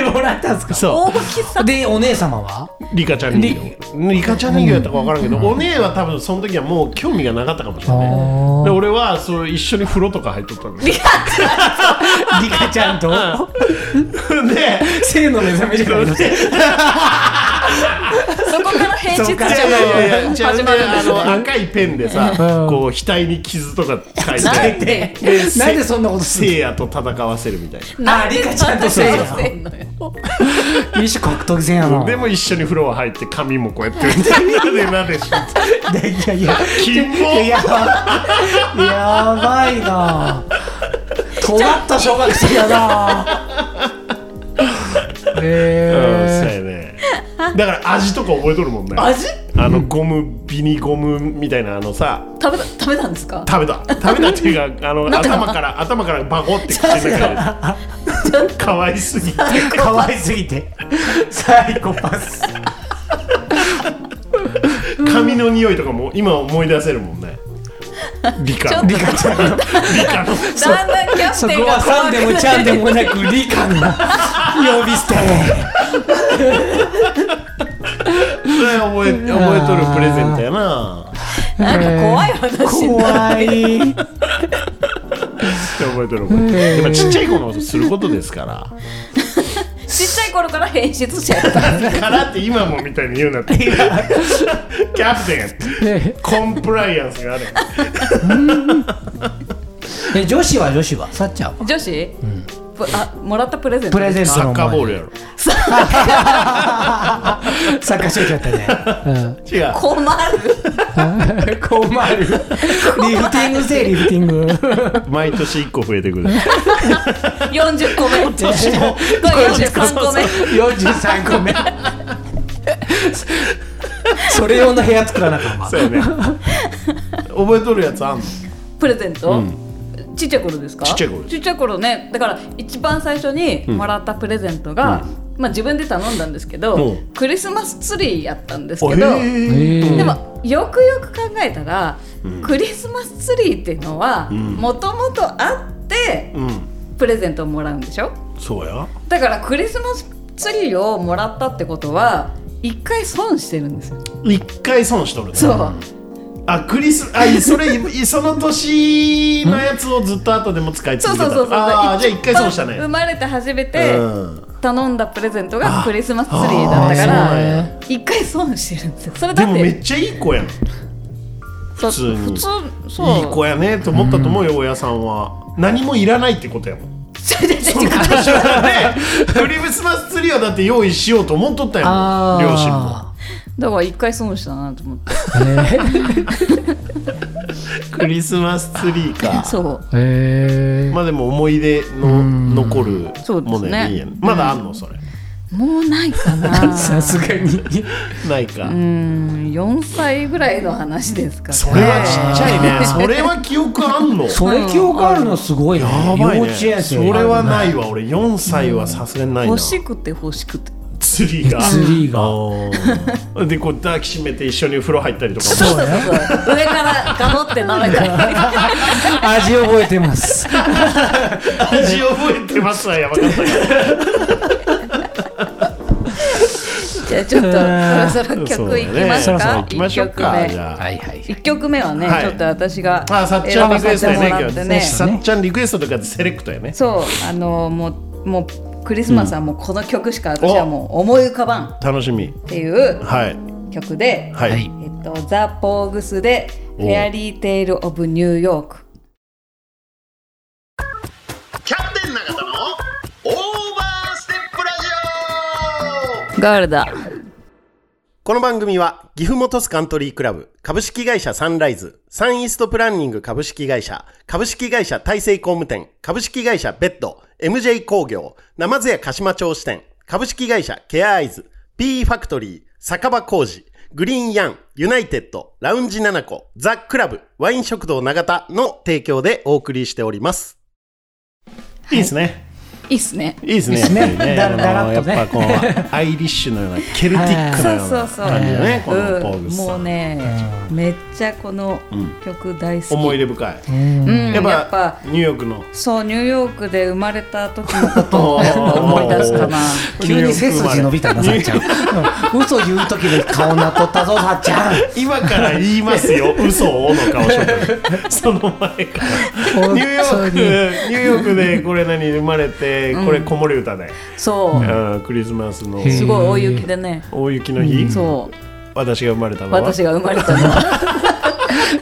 Speaker 2: や
Speaker 3: もらったんですか
Speaker 4: あ
Speaker 2: そ
Speaker 4: はいはい大きさ
Speaker 3: でお姉様 は
Speaker 2: リカちゃん人形リカちゃん人形やったか分からんけど、お姉は多分その時はもう興味がなかったかもしれない
Speaker 3: あー
Speaker 2: で俺はそう一緒に風呂とか入っとったんですよ
Speaker 3: リカちゃんと
Speaker 2: で
Speaker 3: 性の目覚めじゃないの
Speaker 4: そこから平日
Speaker 3: そうか
Speaker 2: いやいやいや
Speaker 4: じゃん始まるんで
Speaker 2: あ
Speaker 4: すね
Speaker 2: の赤いペンでさ、
Speaker 3: うん
Speaker 2: こう額に傷とか書いて
Speaker 4: なんで
Speaker 2: で
Speaker 3: なんでそんなことする
Speaker 2: せいやと戦わせるみたい
Speaker 4: なん
Speaker 3: あ
Speaker 4: で
Speaker 3: リカちゃんとせいや
Speaker 4: せんのよ
Speaker 3: 一種格闘技戦や
Speaker 2: な
Speaker 3: な。
Speaker 2: でも一緒に風呂入って髪もこうやってみたいなでなでし
Speaker 3: いやいや、
Speaker 2: キモ
Speaker 3: やばやばいな。尖った小学生やな。
Speaker 2: そう
Speaker 3: え
Speaker 2: やねだから味とか覚えとるもんね
Speaker 4: 味
Speaker 2: あのゴムビニゴムみたいなあのさ
Speaker 4: 食べた食べたんですか
Speaker 2: 食べた食べたっていうかあの
Speaker 4: なんていうの
Speaker 2: 頭から頭からバコって口の中でかわいすぎて
Speaker 3: ー、かわいすぎてサイコパス。
Speaker 2: 髪の匂いとかも今思い出せるもんね理科
Speaker 4: ちょっと
Speaker 2: 理科ちゃんの理科の
Speaker 4: だんだんキャ
Speaker 3: そ
Speaker 4: プ
Speaker 3: こ
Speaker 4: テンが
Speaker 3: は
Speaker 4: 怖
Speaker 3: さん
Speaker 4: く
Speaker 3: でもちゃんでもなく理科の呼び捨て。
Speaker 2: それ覚え覚えとるプレゼントやな
Speaker 4: なんか怖い話になる
Speaker 3: 怖い。
Speaker 2: 覚えとる覚えとるやっぱちっちゃい子のことすることですから
Speaker 4: ちっちゃい頃から変質者やった
Speaker 2: だからって今もみたいに言うなってキャプテンやってコンプライアンスがある
Speaker 3: え女子は女子はさっちゃんは。
Speaker 4: 女子、ぷあもらったプレゼント
Speaker 3: プレゼント
Speaker 2: サ
Speaker 3: の
Speaker 2: ッカ
Speaker 3: お前
Speaker 2: ーボールやろ
Speaker 3: サッカーしちゃったね。
Speaker 2: 違う
Speaker 4: 困る
Speaker 3: 困る。リフティングせえリフティング。
Speaker 2: 毎年1個増えてくる
Speaker 4: 40個目43個目
Speaker 3: 43個目 それ用の部屋作らなあかん わ
Speaker 2: そうやね覚えとるやつあんの
Speaker 4: プレゼント、ちっちゃい頃ですか
Speaker 2: ちっちゃい頃です
Speaker 4: ちっちゃい頃ねだから一番最初にもらったプレゼントが、まあ自分で頼んだんですけど、
Speaker 2: うん
Speaker 4: クリスマスツリーやったんですけど、でもよくよく考えたら、クリスマスツリーっていうのはもともとあって
Speaker 2: うん
Speaker 4: プレゼントをもらうんでしょ
Speaker 2: そうや
Speaker 4: だからクリスマスツリーをもらったってことは一回損してるんですよ
Speaker 2: 1回損しとるね
Speaker 4: そう、
Speaker 2: あクリスあいそれい その年のやつをずっと後でも使い
Speaker 4: そう
Speaker 2: 続け
Speaker 4: そう
Speaker 2: た
Speaker 4: そうそう
Speaker 2: ああじゃあ1回損したね
Speaker 4: 生まれて初めて、
Speaker 2: うん
Speaker 4: 頼んだプレゼントがクリスマスツリーだ
Speaker 2: あ
Speaker 4: ったか
Speaker 2: そうなん
Speaker 4: ら一回損してるんですよそれ
Speaker 2: で
Speaker 4: だっ
Speaker 2: も
Speaker 4: て
Speaker 2: めっちゃいい子やんい
Speaker 4: 普
Speaker 2: 通に
Speaker 4: 普通そう
Speaker 2: い子やねと思ったと思うよ親さんは何もいらないってことやもん
Speaker 4: 違う違う違う
Speaker 2: 私はねクリスマスツリーはだって用意しようと思っとったやもん両親も
Speaker 4: だから一回損したなと思って
Speaker 2: クリスマスツリーか
Speaker 4: そう
Speaker 3: へえ
Speaker 2: まあでも思い出の残る
Speaker 4: そうで
Speaker 2: も
Speaker 4: す
Speaker 2: の
Speaker 4: ね
Speaker 2: やねいいやねまだあんのそれ
Speaker 4: もうないか な
Speaker 3: さすがに
Speaker 2: ないか
Speaker 4: うん4歳ぐらいの話ですから
Speaker 2: それはちっちゃい ねそれは記憶あんの
Speaker 3: それ記憶あるのすごいね
Speaker 2: やばい
Speaker 3: 幼
Speaker 2: ね
Speaker 3: 稚園生
Speaker 2: それはないわ俺4歳はさすがにないな
Speaker 4: 欲しくて欲しくて
Speaker 2: 釣りが
Speaker 3: ツリーが
Speaker 2: あーでこう抱きしめて一緒に風呂入ったりとかも
Speaker 3: そう
Speaker 4: そう
Speaker 3: ね
Speaker 4: そう上からガボって舐め たり
Speaker 3: 味覚えてます
Speaker 2: 味覚えてますわやばか ったけど
Speaker 4: じゃあちょっとそろそろ曲いきます
Speaker 2: そうだね
Speaker 4: か
Speaker 2: 行きましょうかじゃあ
Speaker 3: いはい
Speaker 4: 1曲目はね、
Speaker 2: はい
Speaker 4: ちょっと私が
Speaker 2: あさっちゃんリクエストやね
Speaker 4: 選ば
Speaker 2: 今
Speaker 4: せ
Speaker 2: 日
Speaker 4: てもら
Speaker 2: ね
Speaker 4: って
Speaker 2: さっちゃんリクエストとかでセレクトやね
Speaker 4: そうあのもうもうクリスマスはもうこの曲しか私はもう思い浮かばんっ
Speaker 2: 楽しみ
Speaker 4: ていう
Speaker 2: はい
Speaker 4: 曲で、
Speaker 2: はい、
Speaker 3: はい
Speaker 4: えっとザ・ポーグスで「フェアリー・テイル・オブ・ニューヨーク
Speaker 1: キャプテン永田のオーバーステップラジオ」
Speaker 4: ガールだ
Speaker 1: この番組は岐阜本スカントリークラブ株式会社サンライズサンイーストプランニング株式会社株式会社大成工務店株式会社ベッド MJ 工業生津屋鹿島町支店株式会社ケアアイズ P ファクトリー酒場工事グリーンヤン、ユナイテッド、ラウンジ7個、ザ・クラブ、ワイン食堂長田の提供でお送りしております。
Speaker 2: いいですね。
Speaker 4: いいっすね
Speaker 2: いいですね。
Speaker 3: いいっすね
Speaker 2: やっぱり
Speaker 3: だだ
Speaker 2: あ
Speaker 3: ら
Speaker 2: の
Speaker 3: っ
Speaker 2: や
Speaker 3: と
Speaker 2: っ
Speaker 3: ね
Speaker 2: ぱこう、アイリッシュのような、ケルティックの
Speaker 4: そう
Speaker 2: よう
Speaker 4: そ
Speaker 2: な
Speaker 4: うそう、
Speaker 2: 感じだね、このポー
Speaker 4: う
Speaker 2: グ
Speaker 4: ん、
Speaker 2: ス
Speaker 4: も
Speaker 2: さ。
Speaker 4: うんね、めっちゃこの曲大好き
Speaker 2: 思い入れ深い。
Speaker 4: うん、
Speaker 2: や
Speaker 4: や
Speaker 2: っ
Speaker 4: っ
Speaker 2: ぱ
Speaker 4: ぱ
Speaker 2: ニューヨークの。
Speaker 4: そうニューヨークで生まれた時のこと
Speaker 2: おー
Speaker 4: 思い出すかな
Speaker 3: 急に背筋伸びたな、さっ ちゃん。うん嘘言う時の顔なっとったぞ、さっちゃん。
Speaker 2: 今から言いますよ、嘘をの顔しとくその前から。ニューヨーク、ニューヨークでこれ何生まれて、これ子守歌で、
Speaker 4: そ
Speaker 2: うんクリスマスの
Speaker 4: うすごい大雪でね
Speaker 2: 大雪の日、
Speaker 4: そう
Speaker 2: 私が生まれたのは。
Speaker 4: 私が生まれたのは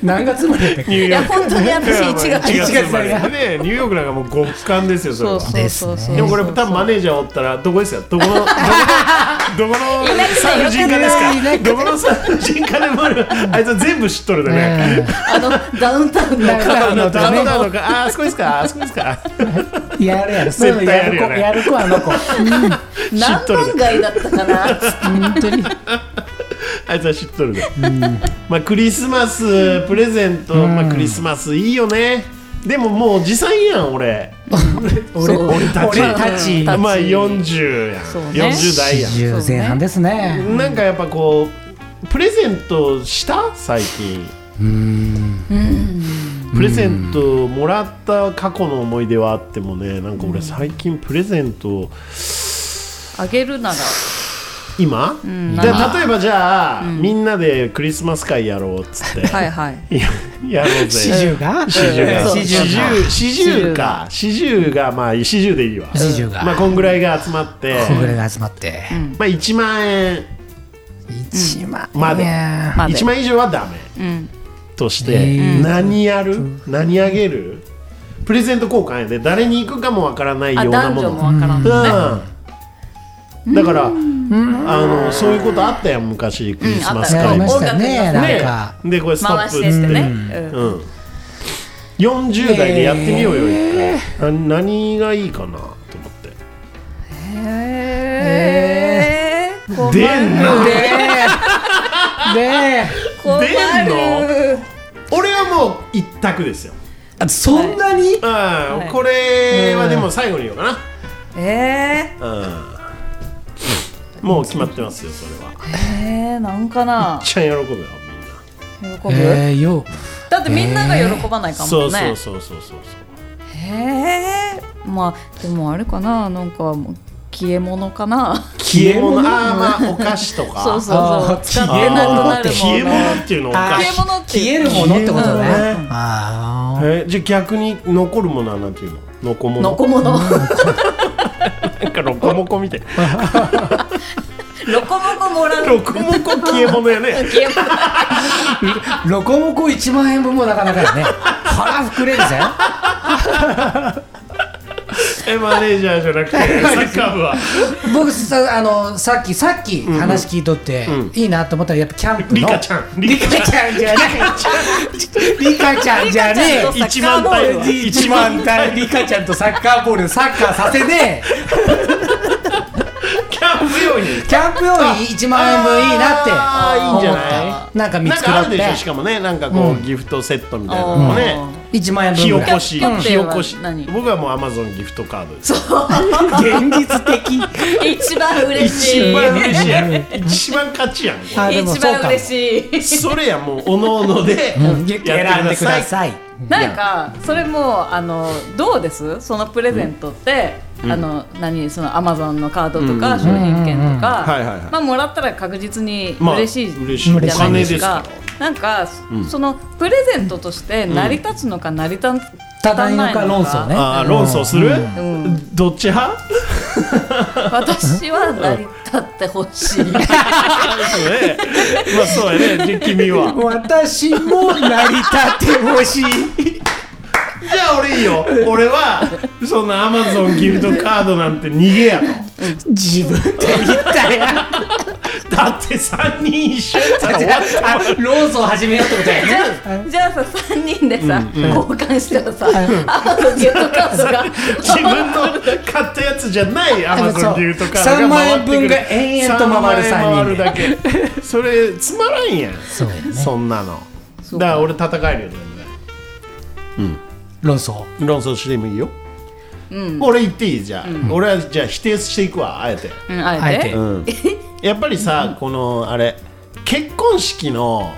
Speaker 3: 何月までやった
Speaker 2: ニ
Speaker 3: っけ
Speaker 2: ュー
Speaker 4: い
Speaker 2: ヨ
Speaker 4: や
Speaker 2: ーク。
Speaker 4: 本当に私1月
Speaker 2: 1
Speaker 3: 月
Speaker 2: 生まれでニューヨークなんかもう極寒ですよ、それ
Speaker 4: そ
Speaker 2: は
Speaker 4: う。そうそうそう
Speaker 2: でもこれ多分マネージャーおったらどこですよどこの どこのどこの
Speaker 4: いなくて
Speaker 2: 産婦人科
Speaker 3: よく
Speaker 2: で
Speaker 3: な
Speaker 2: す
Speaker 3: い
Speaker 2: かどこの産婦人科でもあるあいつ全部知っとるでね。
Speaker 3: ね
Speaker 4: あのダウンタウンの
Speaker 3: ダウンタ
Speaker 2: あ
Speaker 3: ウン
Speaker 2: のダメ
Speaker 3: ね
Speaker 2: なのかあーあそこですかあそこです か
Speaker 3: やるやる、そうい
Speaker 2: 絶
Speaker 3: うの
Speaker 2: 対
Speaker 3: や
Speaker 2: やる
Speaker 3: る
Speaker 2: よ
Speaker 3: 子、
Speaker 2: ね
Speaker 3: やる子、あの子。
Speaker 4: 何番街だったかな
Speaker 3: 本当に。
Speaker 2: あいつは知っとるで。まあクリスマスプレゼントまあクリスマスいいよね。でももうおじさんやん俺。
Speaker 3: 俺
Speaker 4: そう
Speaker 3: 俺たち。
Speaker 4: 俺たち
Speaker 2: まあ40やん
Speaker 4: そうね
Speaker 2: 40代やん。
Speaker 3: 10前半ですね。
Speaker 2: なんかやっぱこうプレゼントした最近プレゼントもらった過去の思い出はあってもねなんか俺最近プレゼント
Speaker 4: あげるなら
Speaker 2: 今、
Speaker 4: ん
Speaker 2: じゃあ
Speaker 4: 何
Speaker 2: 例えばじゃあ、みんなでクリスマス会やろうっつって、
Speaker 4: はいはい
Speaker 2: いや やろうぜ
Speaker 3: 四十が
Speaker 2: 四十が
Speaker 4: そう
Speaker 2: 四十四十か四十がまあ四十でいいわ
Speaker 3: 四十が
Speaker 2: まあこんぐらいが集まって
Speaker 3: こんぐらいが集まって。
Speaker 2: まあ1万円
Speaker 3: 1万
Speaker 2: まで
Speaker 3: 円
Speaker 4: まで
Speaker 2: 1万円以上はダメ、
Speaker 4: ん
Speaker 2: とし
Speaker 3: え
Speaker 2: て、
Speaker 3: ー
Speaker 2: 何やる、何あげるプレゼント交換やで誰に行くかもわからないよ
Speaker 4: あ
Speaker 2: うな
Speaker 4: 男
Speaker 2: も
Speaker 4: 女
Speaker 2: の
Speaker 4: もわからん
Speaker 2: う
Speaker 4: のね
Speaker 2: んだから、あのそういうことあったやん昔クリスマス
Speaker 3: や
Speaker 2: 会
Speaker 3: り
Speaker 2: も
Speaker 3: ま
Speaker 4: あっ
Speaker 3: したね、
Speaker 4: 音
Speaker 3: な
Speaker 2: ね
Speaker 3: んか。
Speaker 2: でこれストッ
Speaker 4: 回
Speaker 2: プ
Speaker 4: し
Speaker 2: ってつ
Speaker 4: っ
Speaker 2: ってて、
Speaker 4: ねうん
Speaker 2: うん、40代でやってみようよ、一回な何がいいかなと思って
Speaker 4: へえ困
Speaker 2: 出んな
Speaker 4: るね
Speaker 3: で、
Speaker 4: 困
Speaker 2: 出
Speaker 4: る
Speaker 2: 俺はもう一択ですよ
Speaker 3: あそんなに
Speaker 2: あ
Speaker 4: い
Speaker 2: これはでも最後に言おうか
Speaker 4: え
Speaker 2: な、うん、もう決まってますよそれはめっ
Speaker 4: ー、えー、なんかな
Speaker 2: ちゃ喜ぶよみんな
Speaker 4: 喜ぶ、
Speaker 3: えー、よ
Speaker 4: だってみんなが喜ばないか
Speaker 2: そ
Speaker 4: も
Speaker 2: うそ
Speaker 4: ね
Speaker 2: うそうそうそう
Speaker 4: えー、まあでもあれかななんかもう消え物かな
Speaker 2: 消え物ああまあお菓子とか
Speaker 4: そう
Speaker 3: あ
Speaker 4: そうそう
Speaker 3: ー
Speaker 4: 使っ
Speaker 2: あ
Speaker 4: てなくな
Speaker 2: ー
Speaker 4: るも
Speaker 2: 消え
Speaker 4: の
Speaker 2: 物っていうのお菓
Speaker 4: 消え
Speaker 2: 子
Speaker 4: 物って
Speaker 3: 消え
Speaker 4: いう
Speaker 3: るものってことね
Speaker 2: 消えるものね
Speaker 3: あ
Speaker 2: えじゃあ逆に残るものはなんていうののこもの
Speaker 4: のこも
Speaker 2: な
Speaker 4: の
Speaker 2: んかロコモコみたいな
Speaker 4: ロコモコもらう
Speaker 2: ロコモコ消え物やね
Speaker 4: 消え物
Speaker 3: ーロコモコ1万円分もなかなかやね 腹膨れるぜ
Speaker 2: えマネージャーじゃなくてサッカー部は
Speaker 3: 僕さあのさっきさっき話聞いとって、いいなと思ったらやっぱキャンプの
Speaker 2: リカちゃん
Speaker 3: リカちゃんじゃねえリカちゃんじゃねえ
Speaker 4: リカ
Speaker 2: 一万体は
Speaker 3: 一万対リカちゃんとサッカーボールでサッカーさせて
Speaker 2: キャンプ用に
Speaker 3: キャンプ用に1万円分いいなって
Speaker 2: あーいいんじゃない
Speaker 3: 思ったなんか見
Speaker 2: なん
Speaker 3: つく
Speaker 2: からある
Speaker 3: って
Speaker 2: でしょしかもねなんかこう、ギフトセットみたいなのもね、
Speaker 3: 1万円
Speaker 2: 火
Speaker 3: 分ぐ
Speaker 2: 起
Speaker 3: ら
Speaker 2: こ
Speaker 3: い
Speaker 2: し
Speaker 4: キャン
Speaker 2: 火
Speaker 4: ペーン
Speaker 2: 起
Speaker 4: は
Speaker 2: こし
Speaker 4: 何
Speaker 2: 僕はもうアマゾンギフトカードです
Speaker 3: 現実的
Speaker 4: 一番嬉しい
Speaker 2: 一番嬉しいやん一番勝ちやんこ
Speaker 3: あでも
Speaker 4: 一
Speaker 3: そう
Speaker 4: 番
Speaker 3: かも
Speaker 4: 嬉しい
Speaker 2: れそれやもうおのおので
Speaker 3: うん選んでください
Speaker 4: なんかそれもあのどうですそのプレゼントって、あの何そのアマゾンのカードとか、商品券とか、
Speaker 2: はいはいはい
Speaker 4: まあもらったら確実に
Speaker 2: まあ
Speaker 4: 嬉しい、
Speaker 2: 嬉しい
Speaker 4: じゃないで
Speaker 2: お金ですすか
Speaker 4: か。なんか、そのプレゼントとして成り立つのか成り立たないのか
Speaker 3: 立たないのか論争ね
Speaker 2: あー論争する、
Speaker 4: んう
Speaker 2: どっち 派
Speaker 4: 私は成り立ってほ しい
Speaker 2: そうねまあそうやねで君は
Speaker 3: 私も成り立って ほしい
Speaker 2: じゃあ俺いいよ俺はそんなアマゾンギフトカードなんて逃げやと
Speaker 3: 自分で言ったやん
Speaker 2: だって3人一緒やったら終わっ
Speaker 3: あローソン始めようってことや
Speaker 4: じ
Speaker 3: ね
Speaker 4: ゃあじゃあさ3人でさ、交換したらさ、アマゾンギフトカードが
Speaker 2: 自分の買ったやつじゃないアマゾンギフトカード
Speaker 3: 3
Speaker 2: が
Speaker 3: 万
Speaker 2: 回っ
Speaker 3: 円
Speaker 2: てくる
Speaker 3: 分が延々と回る
Speaker 2: 3万円
Speaker 3: 3人
Speaker 2: 回るだけそれつまらんやん
Speaker 3: そうやね
Speaker 2: そんなのだから俺戦えるよね
Speaker 3: 論争
Speaker 2: 論争してもいいよ俺言っていいじゃあ俺はじゃあ否定していくわあえて
Speaker 4: うんあ
Speaker 3: あ
Speaker 4: え
Speaker 3: え
Speaker 4: て
Speaker 3: て
Speaker 2: やっぱりさこのあれ結婚式の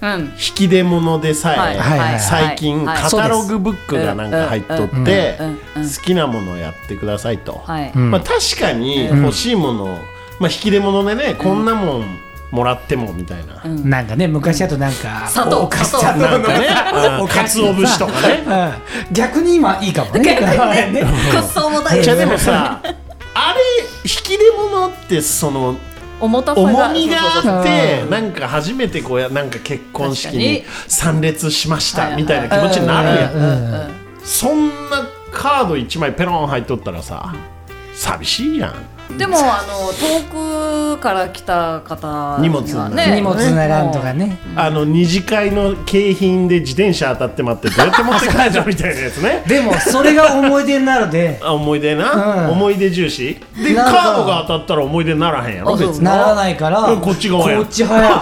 Speaker 4: うん
Speaker 2: 引き出物でさえ、
Speaker 4: はい
Speaker 3: はいはい
Speaker 2: 最近
Speaker 4: はい
Speaker 2: カタログブックがなんか入っとって好きなものをやってくださいと、
Speaker 4: はい、
Speaker 2: まあ、確かに欲しいもの、まあ、引き出物でねこんなもんもらってもみたいな、
Speaker 3: なんかね昔だとなんか
Speaker 4: 砂糖
Speaker 3: お菓子
Speaker 4: 砂糖
Speaker 2: なんかねあーかつお節とかね
Speaker 3: うん逆に今いいかもねはいね
Speaker 4: くっそ重たい
Speaker 2: じゃあでもさあれ引き出物ってその
Speaker 4: 重たさが
Speaker 2: 重みがあっ
Speaker 3: う
Speaker 2: てなんか初めてこうやなんか結婚式に参列しまし
Speaker 4: 確
Speaker 2: た
Speaker 4: かに
Speaker 2: みたいな気持ちになるやん
Speaker 3: うんうん
Speaker 2: そんなカード1枚ペロン入っとったらさ寂しいやん
Speaker 4: でもあの遠くから来た方には
Speaker 2: 荷物
Speaker 4: ね
Speaker 3: 荷物並んとかね
Speaker 2: あの二次会の景品で自転車当たって待ってどうやって持って帰るのみたいなや つね
Speaker 3: でもそれが思い出になるで
Speaker 2: あ思い出な、
Speaker 3: うん
Speaker 2: 思い出重視でカ
Speaker 3: なんか
Speaker 2: ードが当たったら思い出にならへんやろ
Speaker 4: あそう
Speaker 2: 別に
Speaker 3: ならないから
Speaker 2: うんこっち側や
Speaker 3: こっち 早い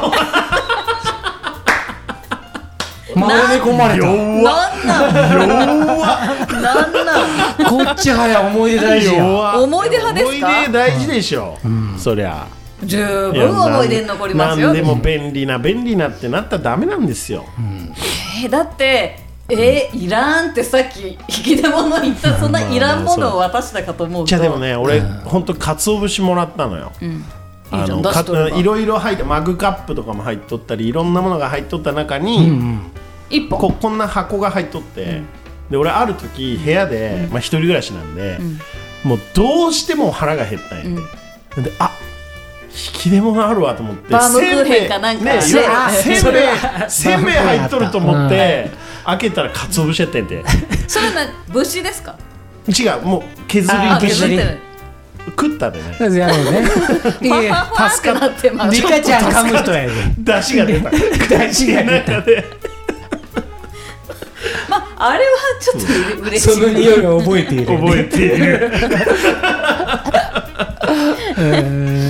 Speaker 3: 回り込まれた
Speaker 4: なんなんなんなん
Speaker 3: こっち早い思い出大事や
Speaker 2: 弱
Speaker 4: 思い出派ですか
Speaker 2: 思い出大事でしょ、そりゃ
Speaker 4: 十
Speaker 2: いや
Speaker 4: 分思い出に残ります
Speaker 2: な
Speaker 4: よ
Speaker 2: んでも便利な便利なってなったらダメなんですよ、
Speaker 4: えーだってえーいらんってさっき引き出物言ったそんないらんものを渡したかと思うと
Speaker 2: じゃあでもね俺ほんとかつお節もらったのよ、
Speaker 4: いい
Speaker 2: あ
Speaker 4: じゃん
Speaker 2: の
Speaker 4: 出
Speaker 2: か
Speaker 4: しとれば
Speaker 2: いろいろ入ってマグカップとかも入っとったりいろんなものが入っとった中に、
Speaker 4: 一本
Speaker 2: ここんな箱が入っとって、で俺ある時部屋で、まあ、一人暮らしなんで、もうどうしても腹が減ったんやって、であ引き出物あるわと思って
Speaker 4: バームクーヘンかなんか
Speaker 2: ね
Speaker 4: ね
Speaker 2: いろいろ
Speaker 4: あ
Speaker 2: せ
Speaker 3: そ
Speaker 2: んべい
Speaker 3: れは
Speaker 2: せんべい入っとると思って、開けたらかつお節やってんて
Speaker 4: それな物資ですか
Speaker 2: 違うもう削り
Speaker 3: あ
Speaker 4: あ
Speaker 3: ー
Speaker 2: 削
Speaker 4: 削っ
Speaker 2: り
Speaker 4: てる
Speaker 2: 食ったでね
Speaker 3: やろうねいえ
Speaker 4: パファーってなってます
Speaker 3: リカちゃん噛む人やで
Speaker 2: 出汁が出た
Speaker 3: 大事やね
Speaker 2: 中で
Speaker 4: ま ああれはちょっと嬉
Speaker 3: そ
Speaker 4: しい
Speaker 3: の匂いを覚えている
Speaker 2: 覚えている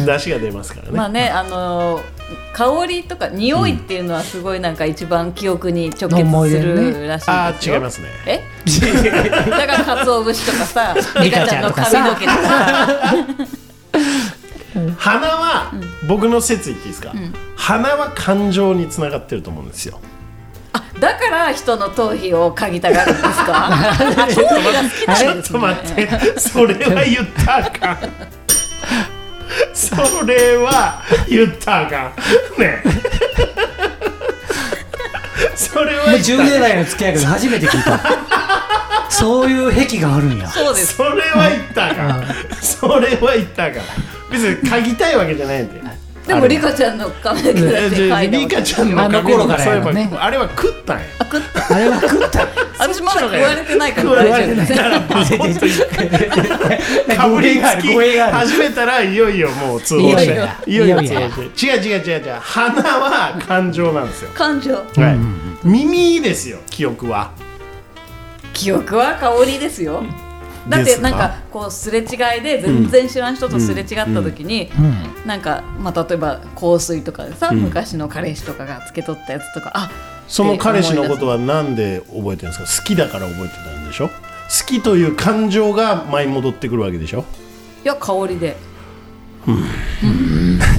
Speaker 2: 出汁が出ますからね、
Speaker 4: まあねあのー香りとか匂いっていうのはすごいなんか一番記憶に直
Speaker 3: 思
Speaker 4: 結
Speaker 3: い
Speaker 4: す
Speaker 3: 出にね
Speaker 4: るらしい
Speaker 2: あ
Speaker 4: です
Speaker 2: ー
Speaker 4: よ
Speaker 2: 違いますね
Speaker 4: え だから鰹節とかさリ
Speaker 3: リ
Speaker 4: カ
Speaker 3: カ
Speaker 4: ち
Speaker 3: ちゃ
Speaker 4: ゃん
Speaker 3: ん
Speaker 4: の
Speaker 3: の
Speaker 4: 髪
Speaker 3: 髪
Speaker 4: の
Speaker 3: の
Speaker 4: 毛
Speaker 3: 毛
Speaker 4: と
Speaker 3: と
Speaker 4: か
Speaker 2: 鼻は、僕の説言っていいですか、鼻は感情につながってると思うんですよ
Speaker 4: だから人の頭皮を嗅ぎたがるんです か頭皮が好き
Speaker 2: ち
Speaker 4: なん
Speaker 2: ょ
Speaker 4: で
Speaker 2: っ
Speaker 4: す
Speaker 2: と
Speaker 4: ね
Speaker 2: 待ってそれは言ったらあかんそれは言ったらあかんねえそれは
Speaker 3: もう
Speaker 2: 言った
Speaker 3: 10
Speaker 2: らあかん
Speaker 3: 年来の付き合いから初めて聞いたそういう癖があるんや
Speaker 4: そうです
Speaker 2: それは言ったらあかんそれは言ったらあかん別に嗅ぎたいわけじゃないんで
Speaker 4: でもリカちゃんの髪の毛だって嗅いだわけ
Speaker 2: リカちゃんの
Speaker 3: あの頃から
Speaker 2: そういえ
Speaker 3: や
Speaker 2: ば
Speaker 3: もんね
Speaker 2: あれは食ったんや
Speaker 3: あれは食った
Speaker 4: 私まだ食われてないから
Speaker 2: 食われ
Speaker 4: 大
Speaker 2: て
Speaker 4: 丈
Speaker 2: な
Speaker 4: 夫
Speaker 2: いから かぶりつき
Speaker 3: 語弊がある
Speaker 2: 始めたらいよいよもう通報
Speaker 3: いよ
Speaker 2: し
Speaker 3: い
Speaker 2: て
Speaker 3: よや
Speaker 2: いよいよ通
Speaker 3: いよいよ
Speaker 2: 報して違う違う違う違う鼻は感情なんですよ、
Speaker 4: 感情
Speaker 2: はい耳ですよ記憶は
Speaker 4: 記憶は香りですよだっ
Speaker 2: で
Speaker 4: て
Speaker 2: すか
Speaker 4: なんかこうすれ違いで全然知らん人とすれ違った時に、なんか、まあ、例えば香水とかでさ、昔の彼氏とかがつけとったやつとかあ
Speaker 2: その彼氏のことはなんで覚えてるんですか好きだから覚えてたんでしょ好きという感情が舞い戻ってくるわけで しょ
Speaker 4: いや香りで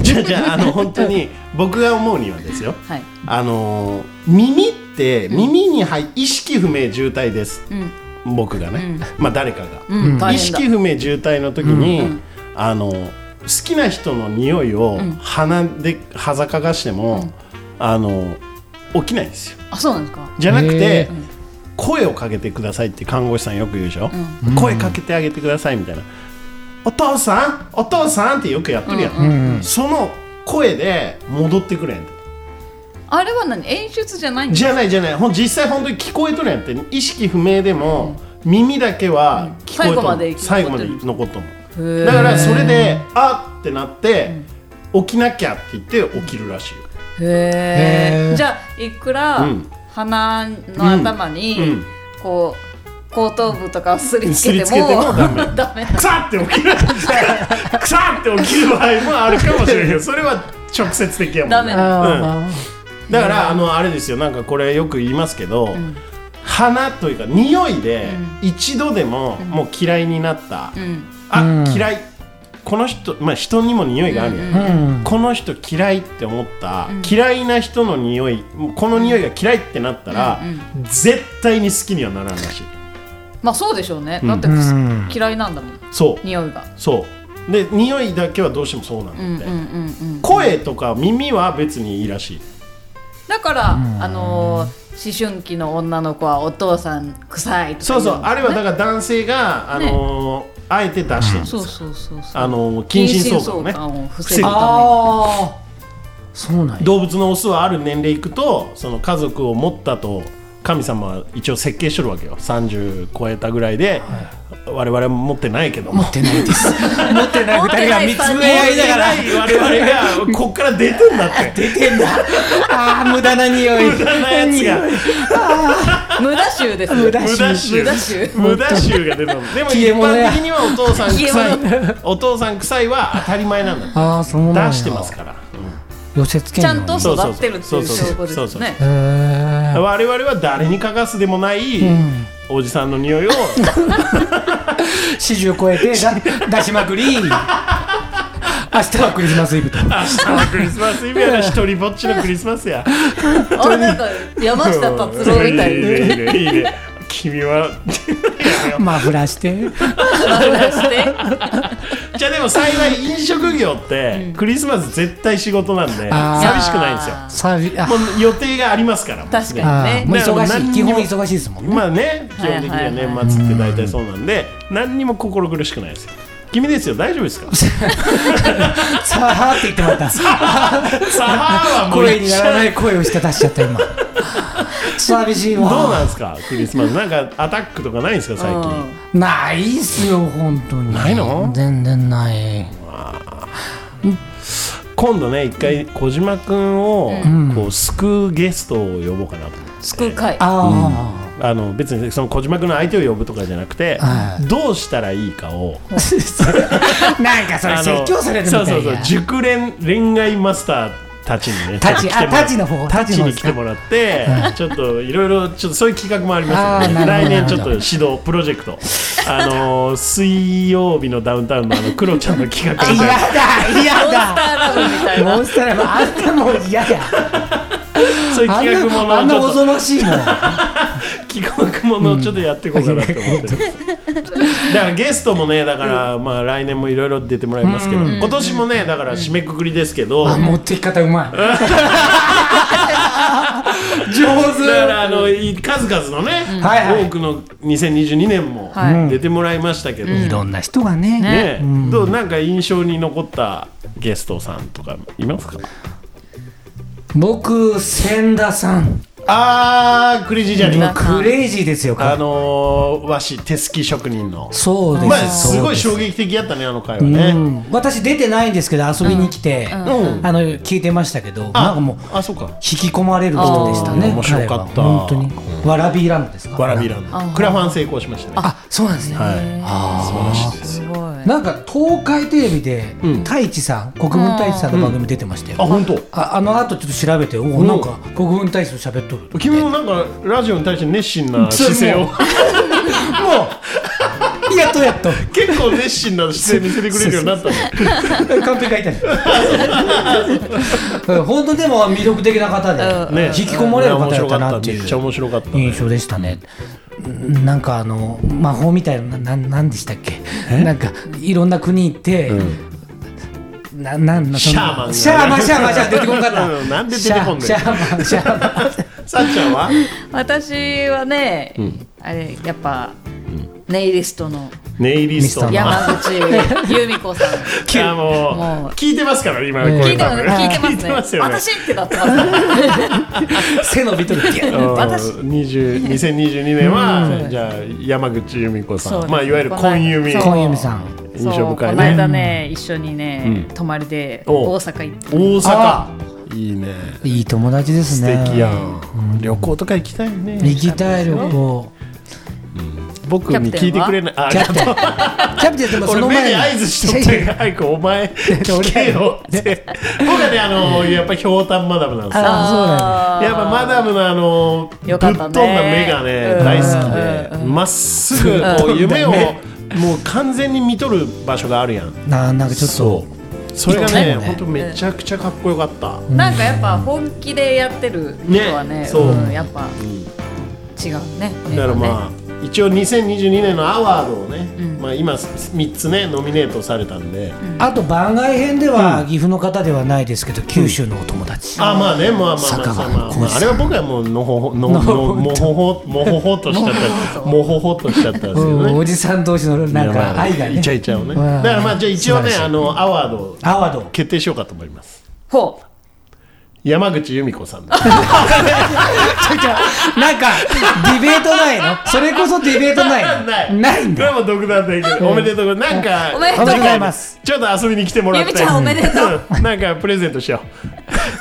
Speaker 2: じゃあじゃああの本当に僕が思うにはですよ
Speaker 4: はい
Speaker 2: あのー耳って耳に入意識不明渋滞です、僕がね、まあ誰かが、
Speaker 4: うん大
Speaker 2: 意
Speaker 4: 変だ
Speaker 2: 識不明渋滞の時に、あの好きな人の匂いを鼻ではざかがしても、あの起きないんですよ
Speaker 4: あそうなんですか
Speaker 2: じゃなくて
Speaker 3: へ
Speaker 2: 声をかけてくださいって看護師さんよく言うでしょ、声かけてあげてくださいみたいな、お父さんお父さんってよくやってるやん、その声で戻ってくれん
Speaker 4: あれは何演出じゃないんです
Speaker 2: じ
Speaker 4: か
Speaker 2: ゃないじゃないほん実際本当に聞こえとるやんって意識不明でも、耳だけは聞こえとる、
Speaker 4: 最後まで生き残ってる
Speaker 2: 最後まで残っとるだからそれであってなって、起きなきゃって言って起きるらしいよ
Speaker 4: へ
Speaker 3: へ
Speaker 4: え
Speaker 3: ー
Speaker 4: じゃあいくら
Speaker 2: うん
Speaker 4: 鼻の頭に
Speaker 2: うん
Speaker 4: こう後頭部とかをすりつけ
Speaker 2: すり
Speaker 4: て
Speaker 2: つけても
Speaker 4: も
Speaker 2: ダメ
Speaker 4: ダメ
Speaker 2: くさって起きるくさって起きる場合もあるかもしれないけどそれは直接的やもんね
Speaker 4: ダメ
Speaker 2: うんだからあのあれですよなんかこれよく言いますけど、鼻というか匂いで一度でももう嫌いになった、
Speaker 4: うん
Speaker 2: あ
Speaker 3: うん
Speaker 2: 嫌いこの人まあ人にも匂いがあるやん、
Speaker 3: うん
Speaker 2: この人嫌いって思った、嫌いな人の匂いもうこの匂いが嫌いってなったら、絶対に好きにはならんらしい
Speaker 4: まあそうでしょうねだって
Speaker 3: うん
Speaker 4: 嫌いなんだもん
Speaker 2: そう
Speaker 4: 匂いが
Speaker 2: そうで匂いだけはどうしてもそうなんだ
Speaker 4: うん
Speaker 2: っ
Speaker 4: うん
Speaker 2: て、
Speaker 4: うんうん
Speaker 2: 声とか耳は別にいいらしい
Speaker 4: だからあのー思春期の女の子はお父さん臭いとか
Speaker 2: そうそうあれはだ
Speaker 4: か
Speaker 2: から男性が、あのーあえて出してるんです
Speaker 4: そ
Speaker 2: よ
Speaker 4: うそうそうそう
Speaker 2: あの近親相関
Speaker 4: 近親
Speaker 2: をね
Speaker 4: を防ぐた
Speaker 3: ああそうなんや
Speaker 2: 動物のオスはある年齢いくとその家族を持ったと神様は一応設計しとるわけよ30超えたぐらいで、我々も持ってないけども
Speaker 3: 持ってないです持ってない二人が見つめ合いながら
Speaker 2: 持ってない我々が こっから出てんだって
Speaker 3: 出てんだ あー無駄な匂い
Speaker 2: 無駄なやつが
Speaker 4: めに 無駄臭ですよ
Speaker 3: 無駄
Speaker 2: 無駄臭
Speaker 4: 無駄臭
Speaker 2: 無駄臭が出たのでも一
Speaker 3: 消え物や
Speaker 2: 般的にはお父さん臭
Speaker 4: 消
Speaker 2: いお父さん臭いは当たり前なんだ
Speaker 3: ああそうなんや
Speaker 2: 出してますから、
Speaker 3: 寄せつけ
Speaker 4: ち
Speaker 3: な
Speaker 4: ゃ
Speaker 3: い
Speaker 4: んと
Speaker 2: そう
Speaker 4: 育ってるって
Speaker 2: そ
Speaker 4: いうう
Speaker 2: そうそう
Speaker 4: 証拠で
Speaker 2: そう
Speaker 4: す
Speaker 2: そう
Speaker 4: ね。
Speaker 3: へー
Speaker 2: 我々は誰にかかすでもない、
Speaker 3: ん
Speaker 2: おじさんの匂いを
Speaker 3: 四十超えてだ出しまくり明日はクリスマスイブと
Speaker 2: 明日はクリスマスイブやな一人ぼっちのクリスマスや
Speaker 4: あ、なんか山 下達郎みたい
Speaker 2: いい
Speaker 4: に
Speaker 2: ねいいねいいね君はやめよ
Speaker 3: マフラーして
Speaker 4: して。
Speaker 2: うじゃあでも幸い飲食業ってクリスマス絶対仕事なんで
Speaker 3: あー
Speaker 2: 寂しくないんですよ
Speaker 3: さびあ
Speaker 2: もう予定がありますから
Speaker 4: 確かに
Speaker 3: あーもう
Speaker 2: だから
Speaker 3: 忙し
Speaker 2: 何
Speaker 3: い
Speaker 2: に
Speaker 3: 基
Speaker 2: も
Speaker 3: 本忙しいですもんね
Speaker 2: まあね基本的に
Speaker 4: はいはいは
Speaker 2: は年末って大体そうなんで何にも心苦しくないですよ君ですよ大丈夫 ですかさ
Speaker 3: さあって言ってもらった
Speaker 2: あはもう
Speaker 3: 声にならないい声をして出しちゃった今寂しい
Speaker 2: どう
Speaker 3: わ
Speaker 2: なんですかクリスマスなんかアタックとかないんですか最近
Speaker 3: ないっすよ本当に
Speaker 2: ないの
Speaker 3: 全然ない
Speaker 2: 今度ね一回小島くんを
Speaker 3: ん
Speaker 2: こう救うゲストを呼ぼうかなと思って
Speaker 4: 救う会。
Speaker 3: あ
Speaker 2: あの別にその小島くんの相手を呼ぶとかじゃなくて
Speaker 3: は
Speaker 2: どうしたらいいかを
Speaker 3: あ、なん かそれ
Speaker 2: あの
Speaker 3: 説教されるみた
Speaker 2: そ
Speaker 3: いう
Speaker 2: そ
Speaker 3: な
Speaker 2: うそう熟練恋愛マスターたちにね
Speaker 3: タチ
Speaker 2: ちょっと来ても
Speaker 3: あ
Speaker 2: ら
Speaker 3: タチの方
Speaker 2: タチ
Speaker 3: タチの方
Speaker 2: に来てもらってちょっといろいろちょっとそういう企画もありますの
Speaker 3: あ
Speaker 2: で
Speaker 3: ーなる
Speaker 2: 来年ちょ
Speaker 3: ほど
Speaker 2: っと指導プロジェクトあのー水曜日のダウンタウンのあのクロちゃんの企画
Speaker 3: 嫌だ嫌だ
Speaker 4: ラブみたい
Speaker 3: モ
Speaker 4: な。
Speaker 3: ンスターラブあんなもん嫌だ
Speaker 2: そういう
Speaker 3: あん
Speaker 2: 企画もの
Speaker 3: なあ
Speaker 2: を
Speaker 3: ん
Speaker 2: ちょっ
Speaker 3: な
Speaker 2: と
Speaker 3: 恐ろしいもん
Speaker 2: 企画ものをちょっとやっていこうかなと思ってる、だからゲストもねだから、まあ来年もいろいろ出てもらいますけど、今年もねだから締めくくりですけど、
Speaker 3: あ持ってき方う まい
Speaker 2: だから
Speaker 3: 上手
Speaker 2: あのい数々のね、
Speaker 3: はいはい
Speaker 2: 多くの2022年も
Speaker 4: はい
Speaker 2: 出てもらいましたけど、
Speaker 3: いろんな人がね
Speaker 2: ねどうなんか印象に残ったゲストさんとかいますか
Speaker 3: 僕千田さん
Speaker 2: あークレイジージャーニー
Speaker 3: クレイジーですよ彼
Speaker 2: あのー、和紙手すき職人の
Speaker 3: そうです、
Speaker 2: まあすごい
Speaker 3: そう
Speaker 2: 衝
Speaker 3: で
Speaker 2: 撃的やったねあの回は
Speaker 3: す
Speaker 2: ね、
Speaker 3: うん、私出てないんですけど遊びに来て、
Speaker 2: うん
Speaker 3: あの聞いてましたけどなんかもう
Speaker 2: あそうか
Speaker 3: 引き込まれる人でしたね
Speaker 2: あー面白かった
Speaker 3: 彼は本当にわらびランドですか
Speaker 2: わらびランドクラファン成功しましたね
Speaker 3: あそうなんですね、
Speaker 2: はい素晴らしいです
Speaker 4: す
Speaker 2: よ
Speaker 4: ごい。あ
Speaker 3: なんか東海テレビで
Speaker 2: ん
Speaker 3: 太一さん、国分太一さんの番組出てましたよ、
Speaker 2: あ本当
Speaker 3: ああの後ちょっと調べておおなんか国分太一と喋っとると
Speaker 2: 君もなんかラジオに対して熱心な姿勢を
Speaker 3: もうやっとやっと
Speaker 2: 結構熱心な姿勢見せてくれるようになったね
Speaker 3: カンペ 書いてある本当でも魅力的な方で、
Speaker 2: ね
Speaker 3: 引き込まれる方やったなってい
Speaker 2: 面白かっためっちゃ面
Speaker 3: う
Speaker 2: 白かったね
Speaker 3: 印象でしたねんなんかあの魔法みたいなななんでしたっけなんかいろんな国行って、ななんなその
Speaker 2: シャーマンが
Speaker 3: シャーマンシャーマンシャーマン出てこんかっ
Speaker 2: うん
Speaker 3: た
Speaker 2: なんで出てこんねん
Speaker 3: シャーマンシャーマンシャー
Speaker 2: さっちゃんは
Speaker 4: 私はね、あれやっぱネイリストの
Speaker 2: ネイリスト
Speaker 3: ミスター
Speaker 2: の
Speaker 3: マ
Speaker 4: 山 口由美子さん。
Speaker 2: あも
Speaker 4: も
Speaker 2: う
Speaker 4: う
Speaker 2: 聞いてますから今こ
Speaker 4: 聞
Speaker 2: れ
Speaker 4: いて
Speaker 2: 多
Speaker 4: ます
Speaker 2: 分
Speaker 4: 聞い
Speaker 2: 聞いて
Speaker 4: てま
Speaker 2: ますす
Speaker 4: ね。
Speaker 2: よね
Speaker 4: 私ってなってます。
Speaker 3: マン背伸びとるっていう
Speaker 2: うん
Speaker 4: 私
Speaker 2: 20 2022年はじゃあ山口由美子さ
Speaker 4: そう
Speaker 2: さん
Speaker 4: です
Speaker 2: まあいわゆる婚由美
Speaker 4: そう
Speaker 3: 今由美さん
Speaker 2: 印象深
Speaker 4: こ
Speaker 2: い
Speaker 4: の間
Speaker 2: ね
Speaker 4: ね一緒にね、泊まりで
Speaker 2: お
Speaker 4: 大阪行って
Speaker 2: 大
Speaker 3: あ
Speaker 2: 阪いいね
Speaker 3: いい友達です
Speaker 2: 素
Speaker 3: ね
Speaker 2: 敵やん旅行とか行きたいね
Speaker 3: 行きたい旅行
Speaker 2: 僕
Speaker 4: キャプ
Speaker 2: に
Speaker 4: テンは
Speaker 2: 聞いてくれないあ
Speaker 3: キャプテンキャプテンでもそ
Speaker 2: 俺
Speaker 3: の
Speaker 2: 目
Speaker 3: 前
Speaker 2: に
Speaker 3: に
Speaker 2: 合図しとって早くお前聞けよって僕はねあのやっぱひょうたんマダムなんですよやっ
Speaker 3: あ
Speaker 2: ぱマダムのあのぶっ
Speaker 4: よ
Speaker 2: 飛
Speaker 4: かっ
Speaker 2: んだ
Speaker 4: たね
Speaker 2: 目がね
Speaker 4: うん
Speaker 2: 大好きでまっすぐこう 夢をもう完全に見とる場所があるやん
Speaker 3: そうだよねななんかちょっと
Speaker 2: そうそれがね本当めちゃくちゃかっこよかった
Speaker 4: なんかやっぱ本気でやってる人はね
Speaker 2: ねそう
Speaker 4: うんやっぱ、違うね
Speaker 2: だからまあ一応2022年のアワードをね
Speaker 4: うん
Speaker 2: まあ今3つねノミネートされたんで
Speaker 3: あと番外編では岐阜の方ではないですけど九州のお友達
Speaker 2: あまあねまあまあまあま
Speaker 3: 坂
Speaker 2: あ
Speaker 3: 場
Speaker 2: まあ、
Speaker 3: 浩二さん
Speaker 2: あれは僕はもうのほほのほもほほもほほとしちゃったもほほとしちゃったんですけ
Speaker 3: う
Speaker 2: どね
Speaker 3: んおじさん同士のなん
Speaker 2: いやま
Speaker 3: か
Speaker 2: あ
Speaker 3: 愛がね
Speaker 2: イチャイチャをねだ
Speaker 3: うん
Speaker 2: からまあじゃあ一応ね
Speaker 3: 素晴らしい
Speaker 2: あのアワードを
Speaker 3: アワード
Speaker 2: 決定しようかと思います
Speaker 4: ほう
Speaker 2: 山口由美子さんで
Speaker 3: ちょいちょいなんかディベートない のそれこそディベートないの
Speaker 2: ない
Speaker 3: ないん
Speaker 2: こ
Speaker 3: だ
Speaker 2: れも独断でおめでとうございますなんか
Speaker 4: おめでとうご
Speaker 3: ざいます
Speaker 2: ちょっと遊びに来てもらって
Speaker 4: 由美ちゃんおめでとう
Speaker 2: うんなんかプレゼントしよ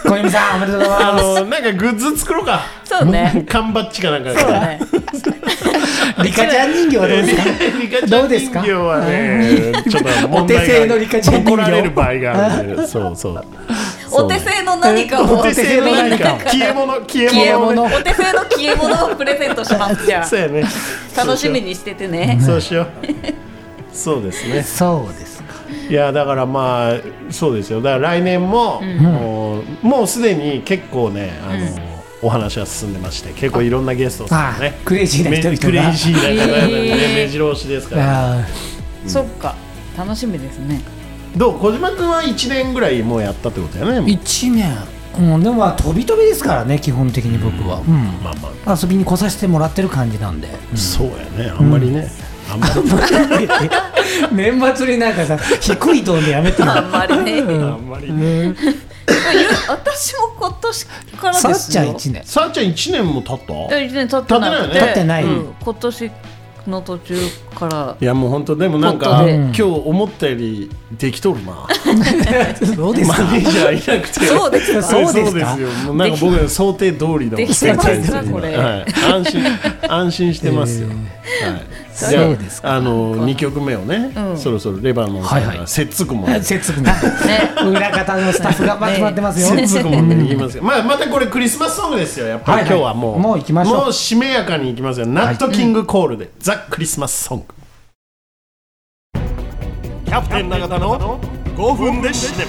Speaker 2: う
Speaker 3: 小泉さんおめでとうござい
Speaker 2: あ
Speaker 3: ま
Speaker 2: のなんかグッズ作ろうか
Speaker 4: そうね
Speaker 2: 缶バッジかなんか
Speaker 4: そ うね
Speaker 3: す リカちゃん人形はどうですか
Speaker 2: リカちゃ
Speaker 3: ど
Speaker 2: ん
Speaker 3: うですか
Speaker 2: 人形はね、ちょっと問題が
Speaker 3: お手製のリカちゃん人形
Speaker 2: 怒られる場合があるんで、そうそう。
Speaker 4: お手製の何かを
Speaker 2: お手製の何かを
Speaker 4: みんな
Speaker 2: 消え物消
Speaker 4: 消え
Speaker 2: え物
Speaker 4: 物
Speaker 2: を
Speaker 4: お
Speaker 2: ね
Speaker 4: 手製の消え物をプレゼントし ますじゃ
Speaker 2: そうやね。
Speaker 4: あ楽しみにしててね
Speaker 2: そうしよう。そうですね。
Speaker 3: そうですか
Speaker 2: いやだからまあそうですよ。だから来年も、もうもうすでに結構ねあの、お話は進んでまして、結構いろんなゲストさんね
Speaker 3: あ。クレイジーな人々が
Speaker 2: めクレイジーな方々ね、
Speaker 4: へー
Speaker 2: 目白押しですから。
Speaker 3: あ
Speaker 4: そっか楽しみですね
Speaker 2: どう小島君は1年ぐらいもうやったってことやねもう
Speaker 3: ー一年うんでもまあ飛び飛びですからね基本的に僕はうん
Speaker 2: まあまあ、
Speaker 3: 遊びに来させてもらってる感じ なんで
Speaker 2: そうやねあんまりね、あんまり
Speaker 3: 年末になんかさ低いトーンでやめてよ
Speaker 4: あんまりねでも
Speaker 2: あんまりね
Speaker 4: ゆ 私も今年からです
Speaker 3: さ
Speaker 4: よ
Speaker 3: っちゃん1年
Speaker 2: さあちゃん1年も経った
Speaker 4: 一年経ってなくて
Speaker 2: 経って
Speaker 3: ないよね
Speaker 4: うん今年の途中から
Speaker 2: いやもう本当でもなん
Speaker 4: ちょっ
Speaker 2: か
Speaker 4: とね
Speaker 2: 今日思ったよりできとるな
Speaker 3: どうです
Speaker 2: マ
Speaker 3: か
Speaker 2: ネージャーいなくて
Speaker 4: そうですか
Speaker 3: そうですか
Speaker 2: よもうなんか僕の想定通りの
Speaker 4: できてますか
Speaker 2: 展開です
Speaker 4: これ
Speaker 2: はい、安心安心してますよ、はい、じゃあ
Speaker 3: そうです
Speaker 2: あの2曲目をね、そろそろレバノンさんから接続も、
Speaker 3: 節分裏方のスタッフ頑張ってもらってますよ
Speaker 2: 接続もねいきますよまあまたこれクリスマスソングですよやっぱり、
Speaker 3: はいはい
Speaker 2: 今日はもう
Speaker 3: もう行きましょう
Speaker 2: もうしめやかにいきますよ、ナットキングコールで、ザ・クリスマスソングキャプテン永田の5分でシネ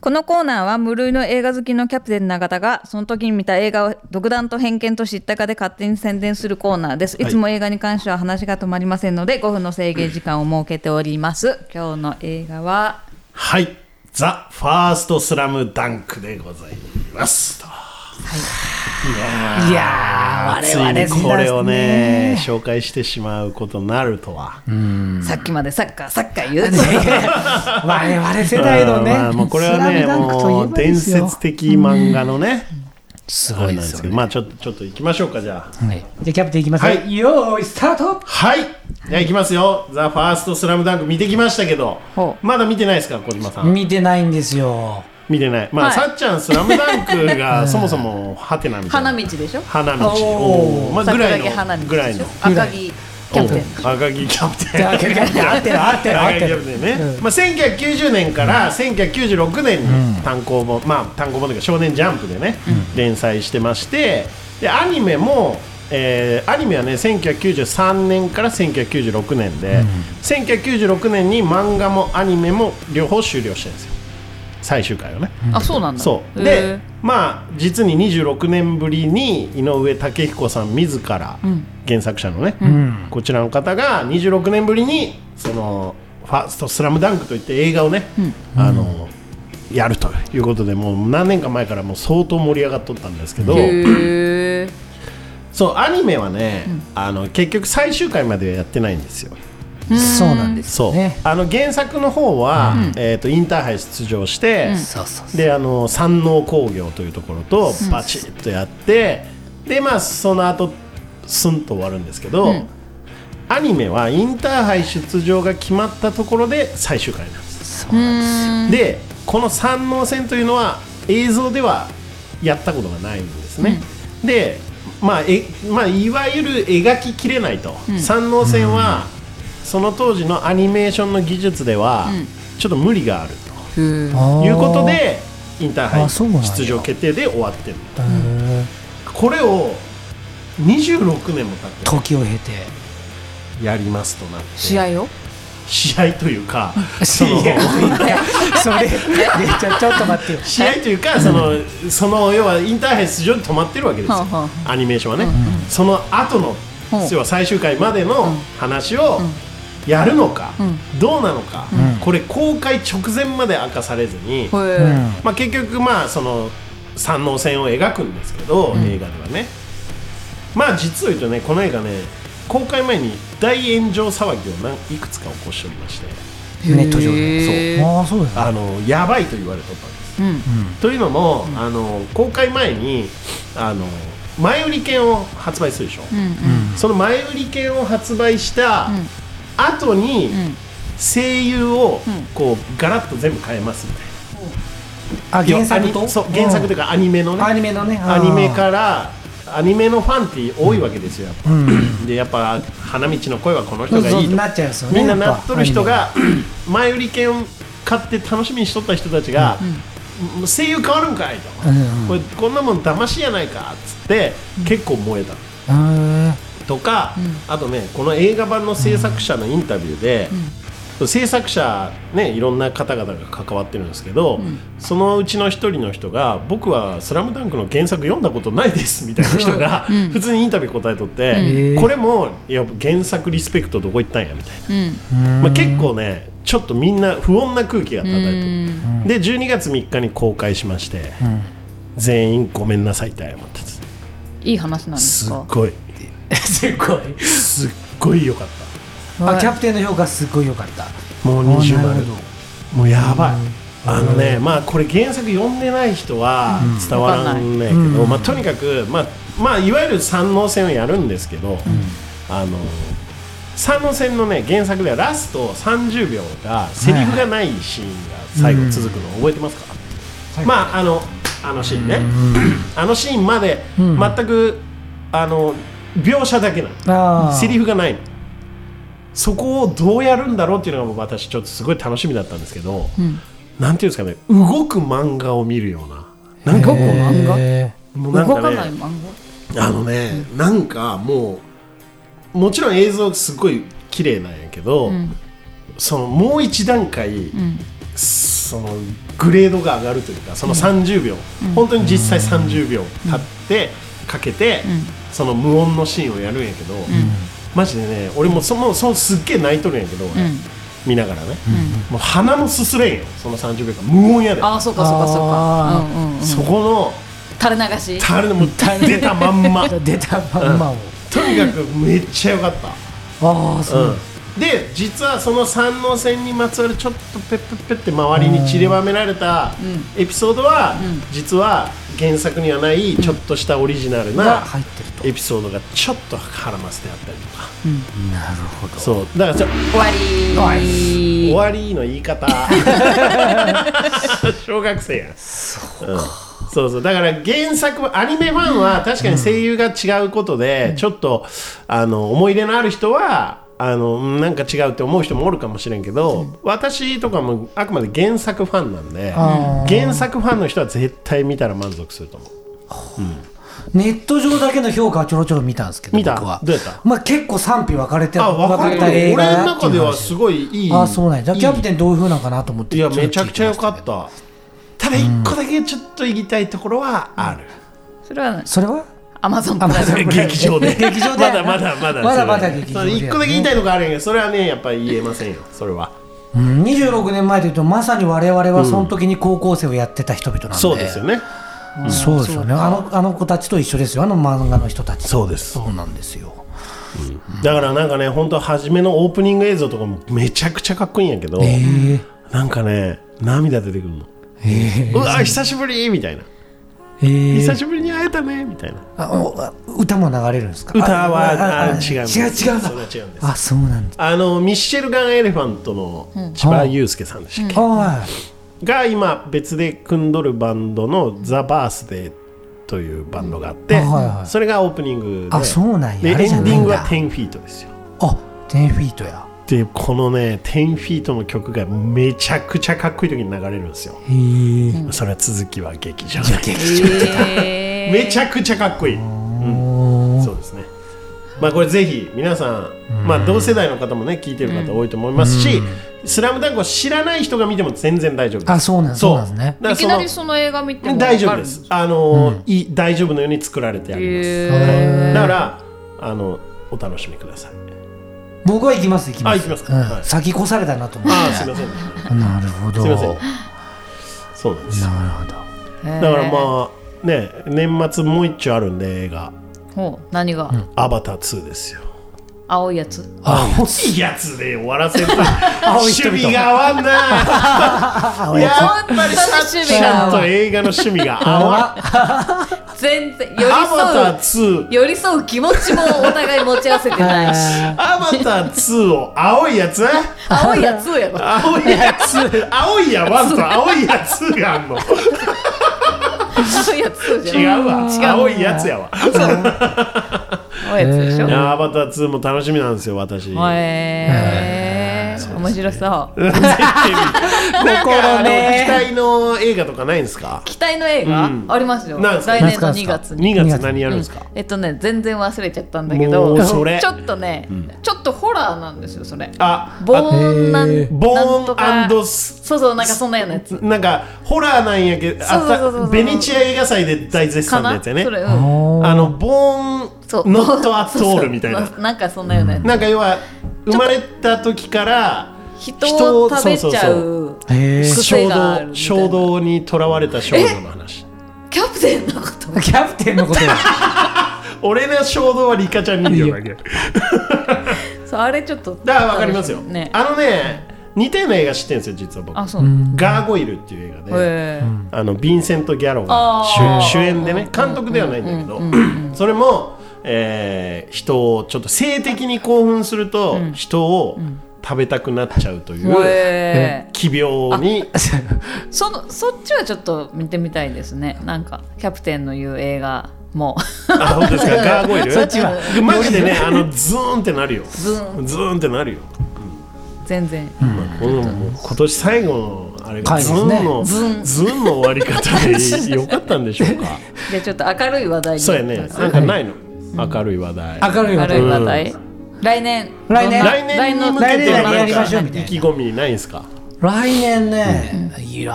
Speaker 4: このコーナーは無類の映画好きのキャプテン永田がその時に見た映画を独断と偏見と知ったかで勝手に宣伝するコーナーです、い、つも映画に関しては話が止まりませんので5分の制限時間を設けております今日の映画は
Speaker 2: はいザ・ファーストスラムダンクでございますと
Speaker 3: いや
Speaker 2: ついにこれをね紹介してしまうことになるとは、
Speaker 4: さっきまでサッカーサッカー 言う
Speaker 3: 我々世代のね
Speaker 2: まあ、もうこれはね
Speaker 3: スラムダンクといえば
Speaker 2: もう伝
Speaker 3: ですよ
Speaker 2: 説的漫画のね、
Speaker 3: す
Speaker 2: あ
Speaker 3: ご
Speaker 2: れ
Speaker 3: い
Speaker 2: な
Speaker 3: で
Speaker 2: んですす
Speaker 3: よ
Speaker 2: けどまあちょっとちょっと行きましょうかじゃあ
Speaker 3: はいじゃあキャプテンいきます
Speaker 2: はい
Speaker 3: よーいスタート
Speaker 2: はい。じゃあ行きますよ。ザ・ファーストスラムダンク見てきましたけど
Speaker 4: ほ、う
Speaker 2: まだ見てないですか、小島さん。
Speaker 3: 見てないんですよ
Speaker 2: 見てない。まあ、
Speaker 4: はい
Speaker 2: さっちゃん、スラムダンクがそもそもハテナみたい な。
Speaker 4: 花道でしょ
Speaker 2: 花道。
Speaker 3: おー
Speaker 2: おーまあ、ぐ
Speaker 4: 桜
Speaker 2: らい
Speaker 4: 木花道
Speaker 2: の。ぐら
Speaker 4: で
Speaker 2: い
Speaker 4: し
Speaker 2: の
Speaker 4: ょ。赤木キャプテン
Speaker 2: おー赤木キャプテン。
Speaker 3: 合ってる 合ってる合ってる合っ
Speaker 2: 赤
Speaker 3: て
Speaker 2: 木キャ
Speaker 3: る
Speaker 2: プテンね、まあ、1990年から1996年に単行本、まあ単行本というか「少年ジャンプ」でね、連載してましてでアニメも、えーアニメはね1993年から1996年で、1996年に漫画もアニメも両方終了してるんですよ最終回をね、
Speaker 4: あそうなんだ
Speaker 2: そう
Speaker 4: へ
Speaker 2: でまあ実に26年ぶりに井上武彦さん自ら、原作者のね、こちらの方が26年ぶりにその「ファーストスラムダンクといって映画をね、あのやるということでもう何年か前からもう相当盛り上がっとったんですけど、
Speaker 4: えへえ
Speaker 2: そうアニメはね、あの結局最終回まではやってないんですよ。
Speaker 3: そうなんです
Speaker 2: そう、
Speaker 3: ね
Speaker 2: あの原作の方は、えー、とインターハイ出場して、
Speaker 3: そうそう
Speaker 2: であの山王工業というところとバチッとやって、でまあその後スンと終わるんですけど、アニメはインターハイ出場が決まったところで最終回なんですでこの三能戦というのは映像ではやったことがないんですね、で、まあえまあ、いわゆる描ききれないと、三能戦はその当時のアニメーションの技術ではちょっと無理がある
Speaker 4: うん
Speaker 2: ということ
Speaker 3: あ
Speaker 2: でインター
Speaker 3: あそうなん
Speaker 2: ハ
Speaker 3: や
Speaker 2: イ出場決定で終わってる
Speaker 3: ーへー
Speaker 2: これを26年も経って
Speaker 3: 時を経て
Speaker 2: やりますとなって
Speaker 4: 試合を
Speaker 2: 試合というかその
Speaker 3: いやいやそれいやちょちょっと待ってよ
Speaker 2: 試合というかそのその要はインターハイ出場に止まってるわけですよ
Speaker 4: はあは
Speaker 2: アニメーションはねその後の
Speaker 4: うん
Speaker 2: 要は最終回までの話をやるのかどうなのかこれ公開直前まで明かされずに
Speaker 4: へ
Speaker 3: う
Speaker 4: え
Speaker 3: ん
Speaker 2: まあ結局まあその三能線を描くんですけど映画ではねまあ実を言うとねこの映画ね公開前に大炎上騒ぎを何いくつか起こしておりまして
Speaker 3: ネット上で
Speaker 4: へー
Speaker 3: ああそうだ
Speaker 2: あのやばいと言われとったんです
Speaker 4: うん
Speaker 2: というのも、あの公開前にあの前売り券を発売するでしょ、その前売り券を発売した後に、声優をこうガラッと全部変えますみたいな
Speaker 3: あ原作
Speaker 2: 要はア
Speaker 3: と
Speaker 2: ニそう原作というかアニメのね
Speaker 3: アニメのねあ
Speaker 2: ア
Speaker 3: ー
Speaker 2: ニメからアニメのファンって多いわけですよやっぱ、でやっぱ花道の声はこの人がいい
Speaker 3: そう
Speaker 2: と
Speaker 3: なっちゃうんですよね
Speaker 2: みんな
Speaker 3: や
Speaker 2: な
Speaker 3: ぱ
Speaker 2: っとる人が前売り券を買って楽しみにしとった人たちが、もう声優変わるんかいと、
Speaker 3: うん
Speaker 2: これこんなもん騙しやないかっつって結構燃えた
Speaker 3: アニメへー
Speaker 2: とか、あとねこの映画版の制作者のインタビューで、制作者ねいろんな方々が関わってるんですけど、そのうちの一人の人が「僕は『スラムダンクの原作読んだことないですみたいな人が、普通にインタビュー答えとって、
Speaker 3: うん
Speaker 2: これもいや原作リスペクトどこ行ったんやみたいな。
Speaker 4: うん
Speaker 2: まあ、結構ねちょっとみんな不穏な空気が漂ってるで12月3日に公開しまして、全員ごめんなさいって謝ったんです
Speaker 4: いい話なんです
Speaker 2: すっ
Speaker 4: か
Speaker 2: ごい
Speaker 3: すごい
Speaker 2: すっごい良かっ
Speaker 3: あキャプテンの評価すごい良かった
Speaker 2: たもう20
Speaker 3: あーなる
Speaker 2: 丸
Speaker 3: ほど
Speaker 2: もうやばいあのねまあこれ原作読んでない人は伝わらんねんけど、まあ、とにかく、まあまあ、いわゆる三能線をやるんですけど、あの三能線のね原作ではラスト30秒がセリフがないシーンが最後続くの覚えてますか、まああのあのシーンね、あのシーンまで全く、あの描写だけな
Speaker 3: あ
Speaker 2: の
Speaker 3: ー
Speaker 2: セリフがないのそこをどうやるんだろうっていうのが私ちょっとすごい楽しみだったんですけど、なんていうんですかね動く漫画を見るようななんか
Speaker 4: 動く漫画
Speaker 3: へ
Speaker 2: もうなん
Speaker 4: 動
Speaker 2: か
Speaker 4: か
Speaker 2: ね
Speaker 4: ない漫
Speaker 2: あのね、なんかもうもちろん映像すごい綺麗なんやけど、そのもう一段階、そのグレードが上がるというかその30秒、本当に実際30秒経って、かけて、その無音のシーンをやるんやけど、マジでね俺もそもうそうすっげえ泣いとるんやけど、俺見ながらね、もう鼻もすすれんよその30秒間無音やで
Speaker 4: 画ああそうかそうかそう
Speaker 3: あー
Speaker 4: かうんうんうん
Speaker 2: そこの
Speaker 4: 垂れ流し
Speaker 2: 垂れのもう出たまんま
Speaker 3: ー 出たまんまを
Speaker 2: とにかくめっちゃ良かった。
Speaker 3: ああそう
Speaker 2: で実はその三能線にまつわるちょっとペッペッペッって周りに散りばめられたエピソードは、実は原作にはないちょっとしたオリジナル
Speaker 3: が
Speaker 2: な
Speaker 3: 入ってると
Speaker 2: エピソードがちょっと絡ませてあったりとか、なるほどそうだからちょ
Speaker 4: 終わり
Speaker 2: 終わりの言い方 小学生やんうんそうそうだから原作はアニメファンは確かに声優が違うことで、ちょっとあの思い入れのある人はあのうんなんか違うって思う人もおるかもしれんけど、私とかもあくまで原作ファンなんで
Speaker 3: あ
Speaker 2: 原作ファンの人は絶対見たら満足すると思う
Speaker 3: ネット上だけの評価はちょろちょろ見たんですけど
Speaker 2: 見た
Speaker 3: 僕は
Speaker 2: どうやった
Speaker 3: まあ結構賛否分かれて
Speaker 2: あ分か
Speaker 3: 分
Speaker 2: る
Speaker 3: かれ
Speaker 2: 俺
Speaker 3: 映画
Speaker 2: の
Speaker 3: だって
Speaker 2: 中
Speaker 3: い
Speaker 2: で
Speaker 3: う話
Speaker 2: はすごいいい
Speaker 3: あそうなんやじゃあキャプテ
Speaker 2: ン
Speaker 3: ンどういうふうなんかなと思って
Speaker 2: いや
Speaker 3: ょっ
Speaker 2: め
Speaker 3: と
Speaker 2: ちゃくちゃ良かったただ一個だけちょっと言いたいところはある、
Speaker 4: それは
Speaker 3: それは
Speaker 4: アマゾン
Speaker 3: あ
Speaker 4: プ
Speaker 3: ま
Speaker 4: ライ
Speaker 3: だ
Speaker 4: ム
Speaker 2: 劇場で
Speaker 3: 劇場で
Speaker 2: まだまだまだ
Speaker 3: まだまだ
Speaker 2: それ
Speaker 3: 劇場
Speaker 2: そ
Speaker 3: で
Speaker 2: れ一個だけ言いたいのがあるんやけどそれはねやっぱり言えませんよそれは
Speaker 3: うん26年前というとまさに我々はその時に高校生をやってた人々なんで、
Speaker 2: そうですよね
Speaker 3: そうですよねあのあの子たちと一緒ですよあの漫画の人たち
Speaker 2: そうです
Speaker 3: そうなんですよ
Speaker 2: だからなんかね本当初めのオープニング映像とかもめちゃくちゃかっこいいんやけど、なんかね涙出てくるの、うわ久しぶりみたいな
Speaker 3: えー
Speaker 2: 久しぶりに会えたねみたいな
Speaker 3: あおあ歌も流れるんですか
Speaker 2: 歌は
Speaker 3: あ
Speaker 2: あ違うんです
Speaker 3: 違う違う
Speaker 2: それは違うんです
Speaker 3: あそうなんだ、
Speaker 2: あのミッシェルガン・エレファントの千葉雄介さんでしたっけ、
Speaker 3: はい
Speaker 2: が今別で組んどるバンドの「ザ・バースデーというバンドがあって、
Speaker 3: はいはい
Speaker 2: それがオープニングで
Speaker 3: あそうなんや
Speaker 2: で
Speaker 3: あれ
Speaker 2: エ
Speaker 3: じ
Speaker 2: ン
Speaker 3: ゃ
Speaker 2: デ
Speaker 3: ない
Speaker 2: ィン
Speaker 3: ん
Speaker 2: グは
Speaker 3: だ
Speaker 2: 10フィートですよ
Speaker 3: あ10フィートや
Speaker 2: でこのね10フィートの曲がめちゃくちゃかっこいい時に流れるんですよ、
Speaker 3: へえ
Speaker 2: それは続きは劇場
Speaker 4: えー
Speaker 2: めちゃくちゃかっこいい、うんそうですねまあこれぜひ皆さん、まあ、同世代の方もね聞いてる方多いと思いますし「スラムダンクを知らない人が見ても全然大丈夫です
Speaker 3: あそうなんそうなんですね
Speaker 2: だ
Speaker 4: い
Speaker 2: か
Speaker 4: き
Speaker 2: ら
Speaker 4: な
Speaker 2: その
Speaker 4: りその映画見ても
Speaker 2: 大丈
Speaker 4: わか
Speaker 2: 夫
Speaker 4: る
Speaker 2: です。あのーいい大丈夫のように作られてあります。
Speaker 4: へー
Speaker 2: だからあのお楽しみください。
Speaker 3: 僕は行きます行きます
Speaker 2: あ行きますか
Speaker 3: うん
Speaker 2: はい
Speaker 3: 先越されたなと思っ
Speaker 2: あーすみません。
Speaker 3: てなるほど
Speaker 2: すみません。そうなんです。だか
Speaker 3: なるほど
Speaker 2: らまあね年末もう一丁あるんで映画
Speaker 4: ほう何が
Speaker 2: アバター2ですよ。
Speaker 4: 青いやつ
Speaker 2: 青いやつで終わ らせる。
Speaker 3: い人々
Speaker 2: 趣味が合わんな。 やっぱりサッチャンと映画の趣味が合 わん。ア
Speaker 4: 全然寄り
Speaker 2: バタ
Speaker 4: 添
Speaker 2: ー
Speaker 4: う
Speaker 2: 2。
Speaker 4: 寄り添う気持ちもお互い持ち合わせてないし
Speaker 2: アバター2を青いやつ
Speaker 4: 青いやつやろ
Speaker 2: 青いやつ青いやワンと青いやつがあんの
Speaker 4: 青いやつじゃん
Speaker 2: 違うわ
Speaker 4: 違う
Speaker 2: 青いやつやわ
Speaker 4: 青いやつでしょ
Speaker 2: いやアバター2も楽しみなんですよ私
Speaker 4: へー面白そう
Speaker 2: なんかあの
Speaker 3: ね
Speaker 2: 期待の映画とかないんですか
Speaker 4: 期待の映
Speaker 2: う
Speaker 4: 画
Speaker 2: ん
Speaker 4: ありますよ
Speaker 2: なん
Speaker 4: 来
Speaker 2: ですか
Speaker 4: 年の2月に
Speaker 2: 2月何やるんですか
Speaker 4: えっとね全然忘れちゃったんだけど
Speaker 2: もうそれ
Speaker 4: ちょっとねちょっとホラーなんですよそれ
Speaker 2: あ
Speaker 4: ボーンな
Speaker 3: へ
Speaker 4: ん
Speaker 3: ー
Speaker 2: ボ
Speaker 4: なんとか
Speaker 2: ーンス
Speaker 4: そうそうなんかそんなようなやつ
Speaker 2: なんかホラーなんやけど
Speaker 4: そうそうそうそ
Speaker 2: あ
Speaker 4: う
Speaker 2: ったベネチア映画祭で大絶
Speaker 4: か
Speaker 2: 賛のや
Speaker 4: な
Speaker 2: つやね
Speaker 4: それうん
Speaker 2: あのボーン
Speaker 4: そう
Speaker 2: ノットアットオールみたいな
Speaker 4: そうそうなんかそんなようなやつ
Speaker 2: なんか要は生まれた時から
Speaker 4: 人を食べちゃ
Speaker 2: そうそう
Speaker 4: う
Speaker 3: へえ
Speaker 4: そう
Speaker 2: 衝
Speaker 4: 癖があるみたい
Speaker 2: 動
Speaker 4: な
Speaker 2: 衝動にとらわれた少女の話
Speaker 4: キャプテンのこと
Speaker 3: キャプテンのことや
Speaker 2: 俺の衝動はリカちゃん人形だけだか
Speaker 4: そうあれちょっと
Speaker 2: ら分かりますよ、
Speaker 4: ね
Speaker 2: あのね似たような映画知ってるんですよ実は僕
Speaker 4: あそうなんだ
Speaker 2: ガーゴイルっていう映画で
Speaker 4: へー
Speaker 2: あのヴィンセント・ギャロが
Speaker 4: あ
Speaker 2: 主
Speaker 4: ー
Speaker 2: 主演でね監督ではないんだけどそれも、えー人をちょっと性的に興奮すると人を食べたくなっちゃうという
Speaker 4: へ
Speaker 2: 奇病に
Speaker 4: ーそのそっちはちょっと見てみたいですねなんかキャプテンの言う映画も
Speaker 2: あ本当 ですかガーゴイル
Speaker 3: そっちは
Speaker 2: マジでねあのズーンってなるよ
Speaker 4: ズーン
Speaker 2: ズーンってなるよ
Speaker 4: 全然
Speaker 2: もうもう今年最後のあれが
Speaker 3: 回で
Speaker 2: ズ
Speaker 3: す
Speaker 2: ーン
Speaker 3: ね
Speaker 2: のズーンの終わり方でよかったんでしょう か
Speaker 4: じゃあちょっと明るい話題に
Speaker 2: そうやねなんかないの明るい話題
Speaker 3: 明るい
Speaker 4: 明
Speaker 3: わ
Speaker 4: るい話題来年
Speaker 3: 来年
Speaker 4: どんな
Speaker 2: 来年に向け
Speaker 3: 来
Speaker 2: て
Speaker 3: 年
Speaker 2: は
Speaker 3: やり
Speaker 2: な
Speaker 3: ま
Speaker 2: ん
Speaker 3: しょうみ
Speaker 2: か
Speaker 3: た
Speaker 2: 意
Speaker 3: いな
Speaker 2: 気込みないんすか
Speaker 3: 来年ね、いや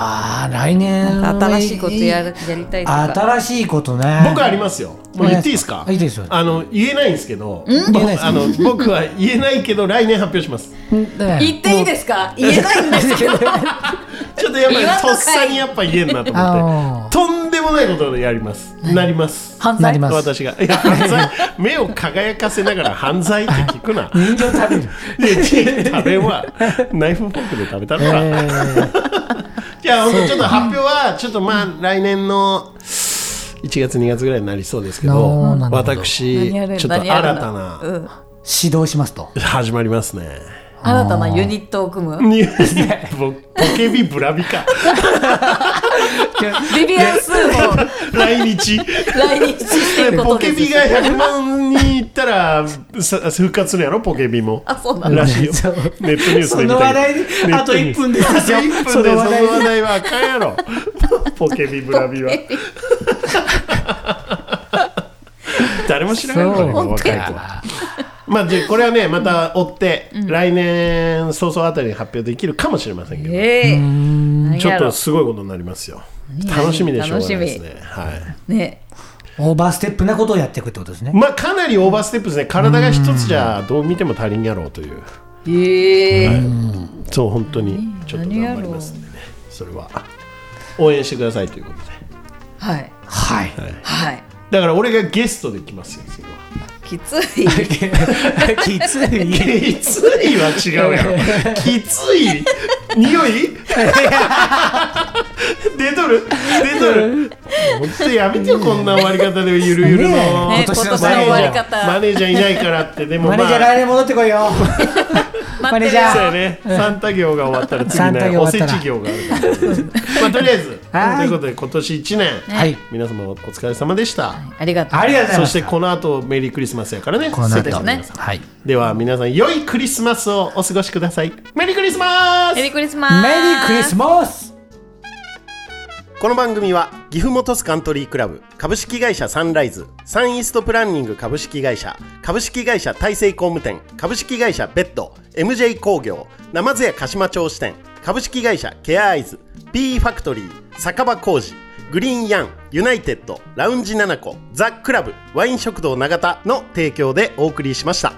Speaker 3: ー来年
Speaker 4: なんか新しいことやるやりたいとか
Speaker 3: 新しいことね
Speaker 2: 僕ありますよもう言っていいですか
Speaker 3: あいいですよ
Speaker 2: あの言えないんですけど
Speaker 3: 言えないです
Speaker 2: あの僕は言えないけど来年発表します
Speaker 3: ね
Speaker 4: 言っていいですか言えないんです けど
Speaker 2: ちょっとやっぱり
Speaker 4: 言わんと
Speaker 2: と
Speaker 4: かい
Speaker 2: っさにやっぱ言えんなと思
Speaker 3: あ
Speaker 2: ってとんでもないことをやりますなります
Speaker 4: 犯
Speaker 3: な
Speaker 4: 罪
Speaker 3: ります
Speaker 2: 私がいや犯罪目を輝かせながら犯罪って聞くな
Speaker 3: 人形食べる
Speaker 2: で食べはナイフフォークで食べたのか、
Speaker 3: えー
Speaker 2: じゃあちょっと発表はちょっとまあ来年の1月2月ぐらいになりそうですけ
Speaker 3: な
Speaker 2: ど
Speaker 3: るほど
Speaker 2: 私
Speaker 4: 何
Speaker 2: ち
Speaker 4: やる
Speaker 2: ょっと
Speaker 4: 何
Speaker 2: 新
Speaker 4: やる
Speaker 2: たな
Speaker 4: うん
Speaker 3: 指導しますと
Speaker 2: 始まりますね
Speaker 4: 新たなユニットを組む
Speaker 2: ニュースでポポケビブラビか
Speaker 4: ビビアンスーも
Speaker 2: 来日
Speaker 4: 来日してること
Speaker 2: ポ
Speaker 4: で
Speaker 2: ケ
Speaker 4: す
Speaker 2: ビが100万人いったらさ復活するやろポケビも
Speaker 4: あそうなんだ
Speaker 2: らしいよ
Speaker 3: そう
Speaker 2: ネットニュース
Speaker 3: そ
Speaker 2: で見たけど
Speaker 3: の話題で
Speaker 2: ネ
Speaker 3: あ
Speaker 2: ッ
Speaker 3: と
Speaker 2: トニュー
Speaker 3: 1
Speaker 2: ス
Speaker 3: 分です
Speaker 2: じゃあ1分でそ
Speaker 3: そ
Speaker 2: の
Speaker 3: の話
Speaker 2: 話
Speaker 3: 題
Speaker 2: 題はあかんやろ ポケビブラビは誰も知らないからね
Speaker 3: そう
Speaker 2: 若い子はまあでこれはねまた追って、来年早々あたりに発表できるかもしれませんけど、
Speaker 4: ええ何
Speaker 2: ちょっ
Speaker 4: やろ
Speaker 2: とすごいことになりますよ楽しみでしょうがないですね、はい、
Speaker 4: ね
Speaker 3: オーバーステップなことをやっていくってことですね
Speaker 2: まあかなりオーバーステップですね体が一つじゃどう見ても足りんやろうという
Speaker 4: ええ
Speaker 2: そう本当にちょっと頑張りますんでねそれは応援してくださいということで
Speaker 4: はい
Speaker 3: はい
Speaker 4: はい
Speaker 2: だから俺がゲストで来ますよそれは
Speaker 4: きつ い
Speaker 3: きつい
Speaker 2: きついは違うやろきつい匂い 出とる出とる本当やめてよこんな終わり方でゆるゆるの、
Speaker 3: ねえ
Speaker 4: ね
Speaker 3: ね
Speaker 4: 今
Speaker 3: 今年
Speaker 4: 年の
Speaker 3: の
Speaker 4: 終
Speaker 3: 最後
Speaker 4: わり
Speaker 2: マ
Speaker 4: 方
Speaker 2: ネージャーいないからってでもま
Speaker 3: マ
Speaker 2: あ
Speaker 3: ネージャー来年戻ってこい よマネージャー
Speaker 2: そうやね、サンタ行が終わったら次
Speaker 3: サンタ
Speaker 2: ね
Speaker 3: 行
Speaker 2: お
Speaker 3: 終
Speaker 2: せ
Speaker 3: わったら
Speaker 2: ち行があるから、まあ、とりあえず
Speaker 3: はい
Speaker 2: ということで今年1年、
Speaker 3: はい
Speaker 2: 皆様お疲れ様でした、
Speaker 4: ありがとう
Speaker 3: ありがとうござい
Speaker 2: そ
Speaker 3: ま
Speaker 2: して
Speaker 3: す
Speaker 2: この後メリークリスマスやからね
Speaker 3: この後
Speaker 2: 世界の皆さん
Speaker 3: はい
Speaker 2: では皆さん良いクリスマスをお過ごしくださいメリークリスマス
Speaker 4: メリークリスマス
Speaker 3: メリークリスマス
Speaker 1: この番組は岐阜本スカントリークラブ株式会社サンライズサンイーストプランニング株式会社株式会社大成工務店株式会社ベッド MJ 工業生津屋鹿島町支店株式会社ケアアイズ PE ファクトリー酒場工事グリーンヤンユナイテッドラウンジ7個ザ・クラブワイン食堂永田の提供でお送りしました。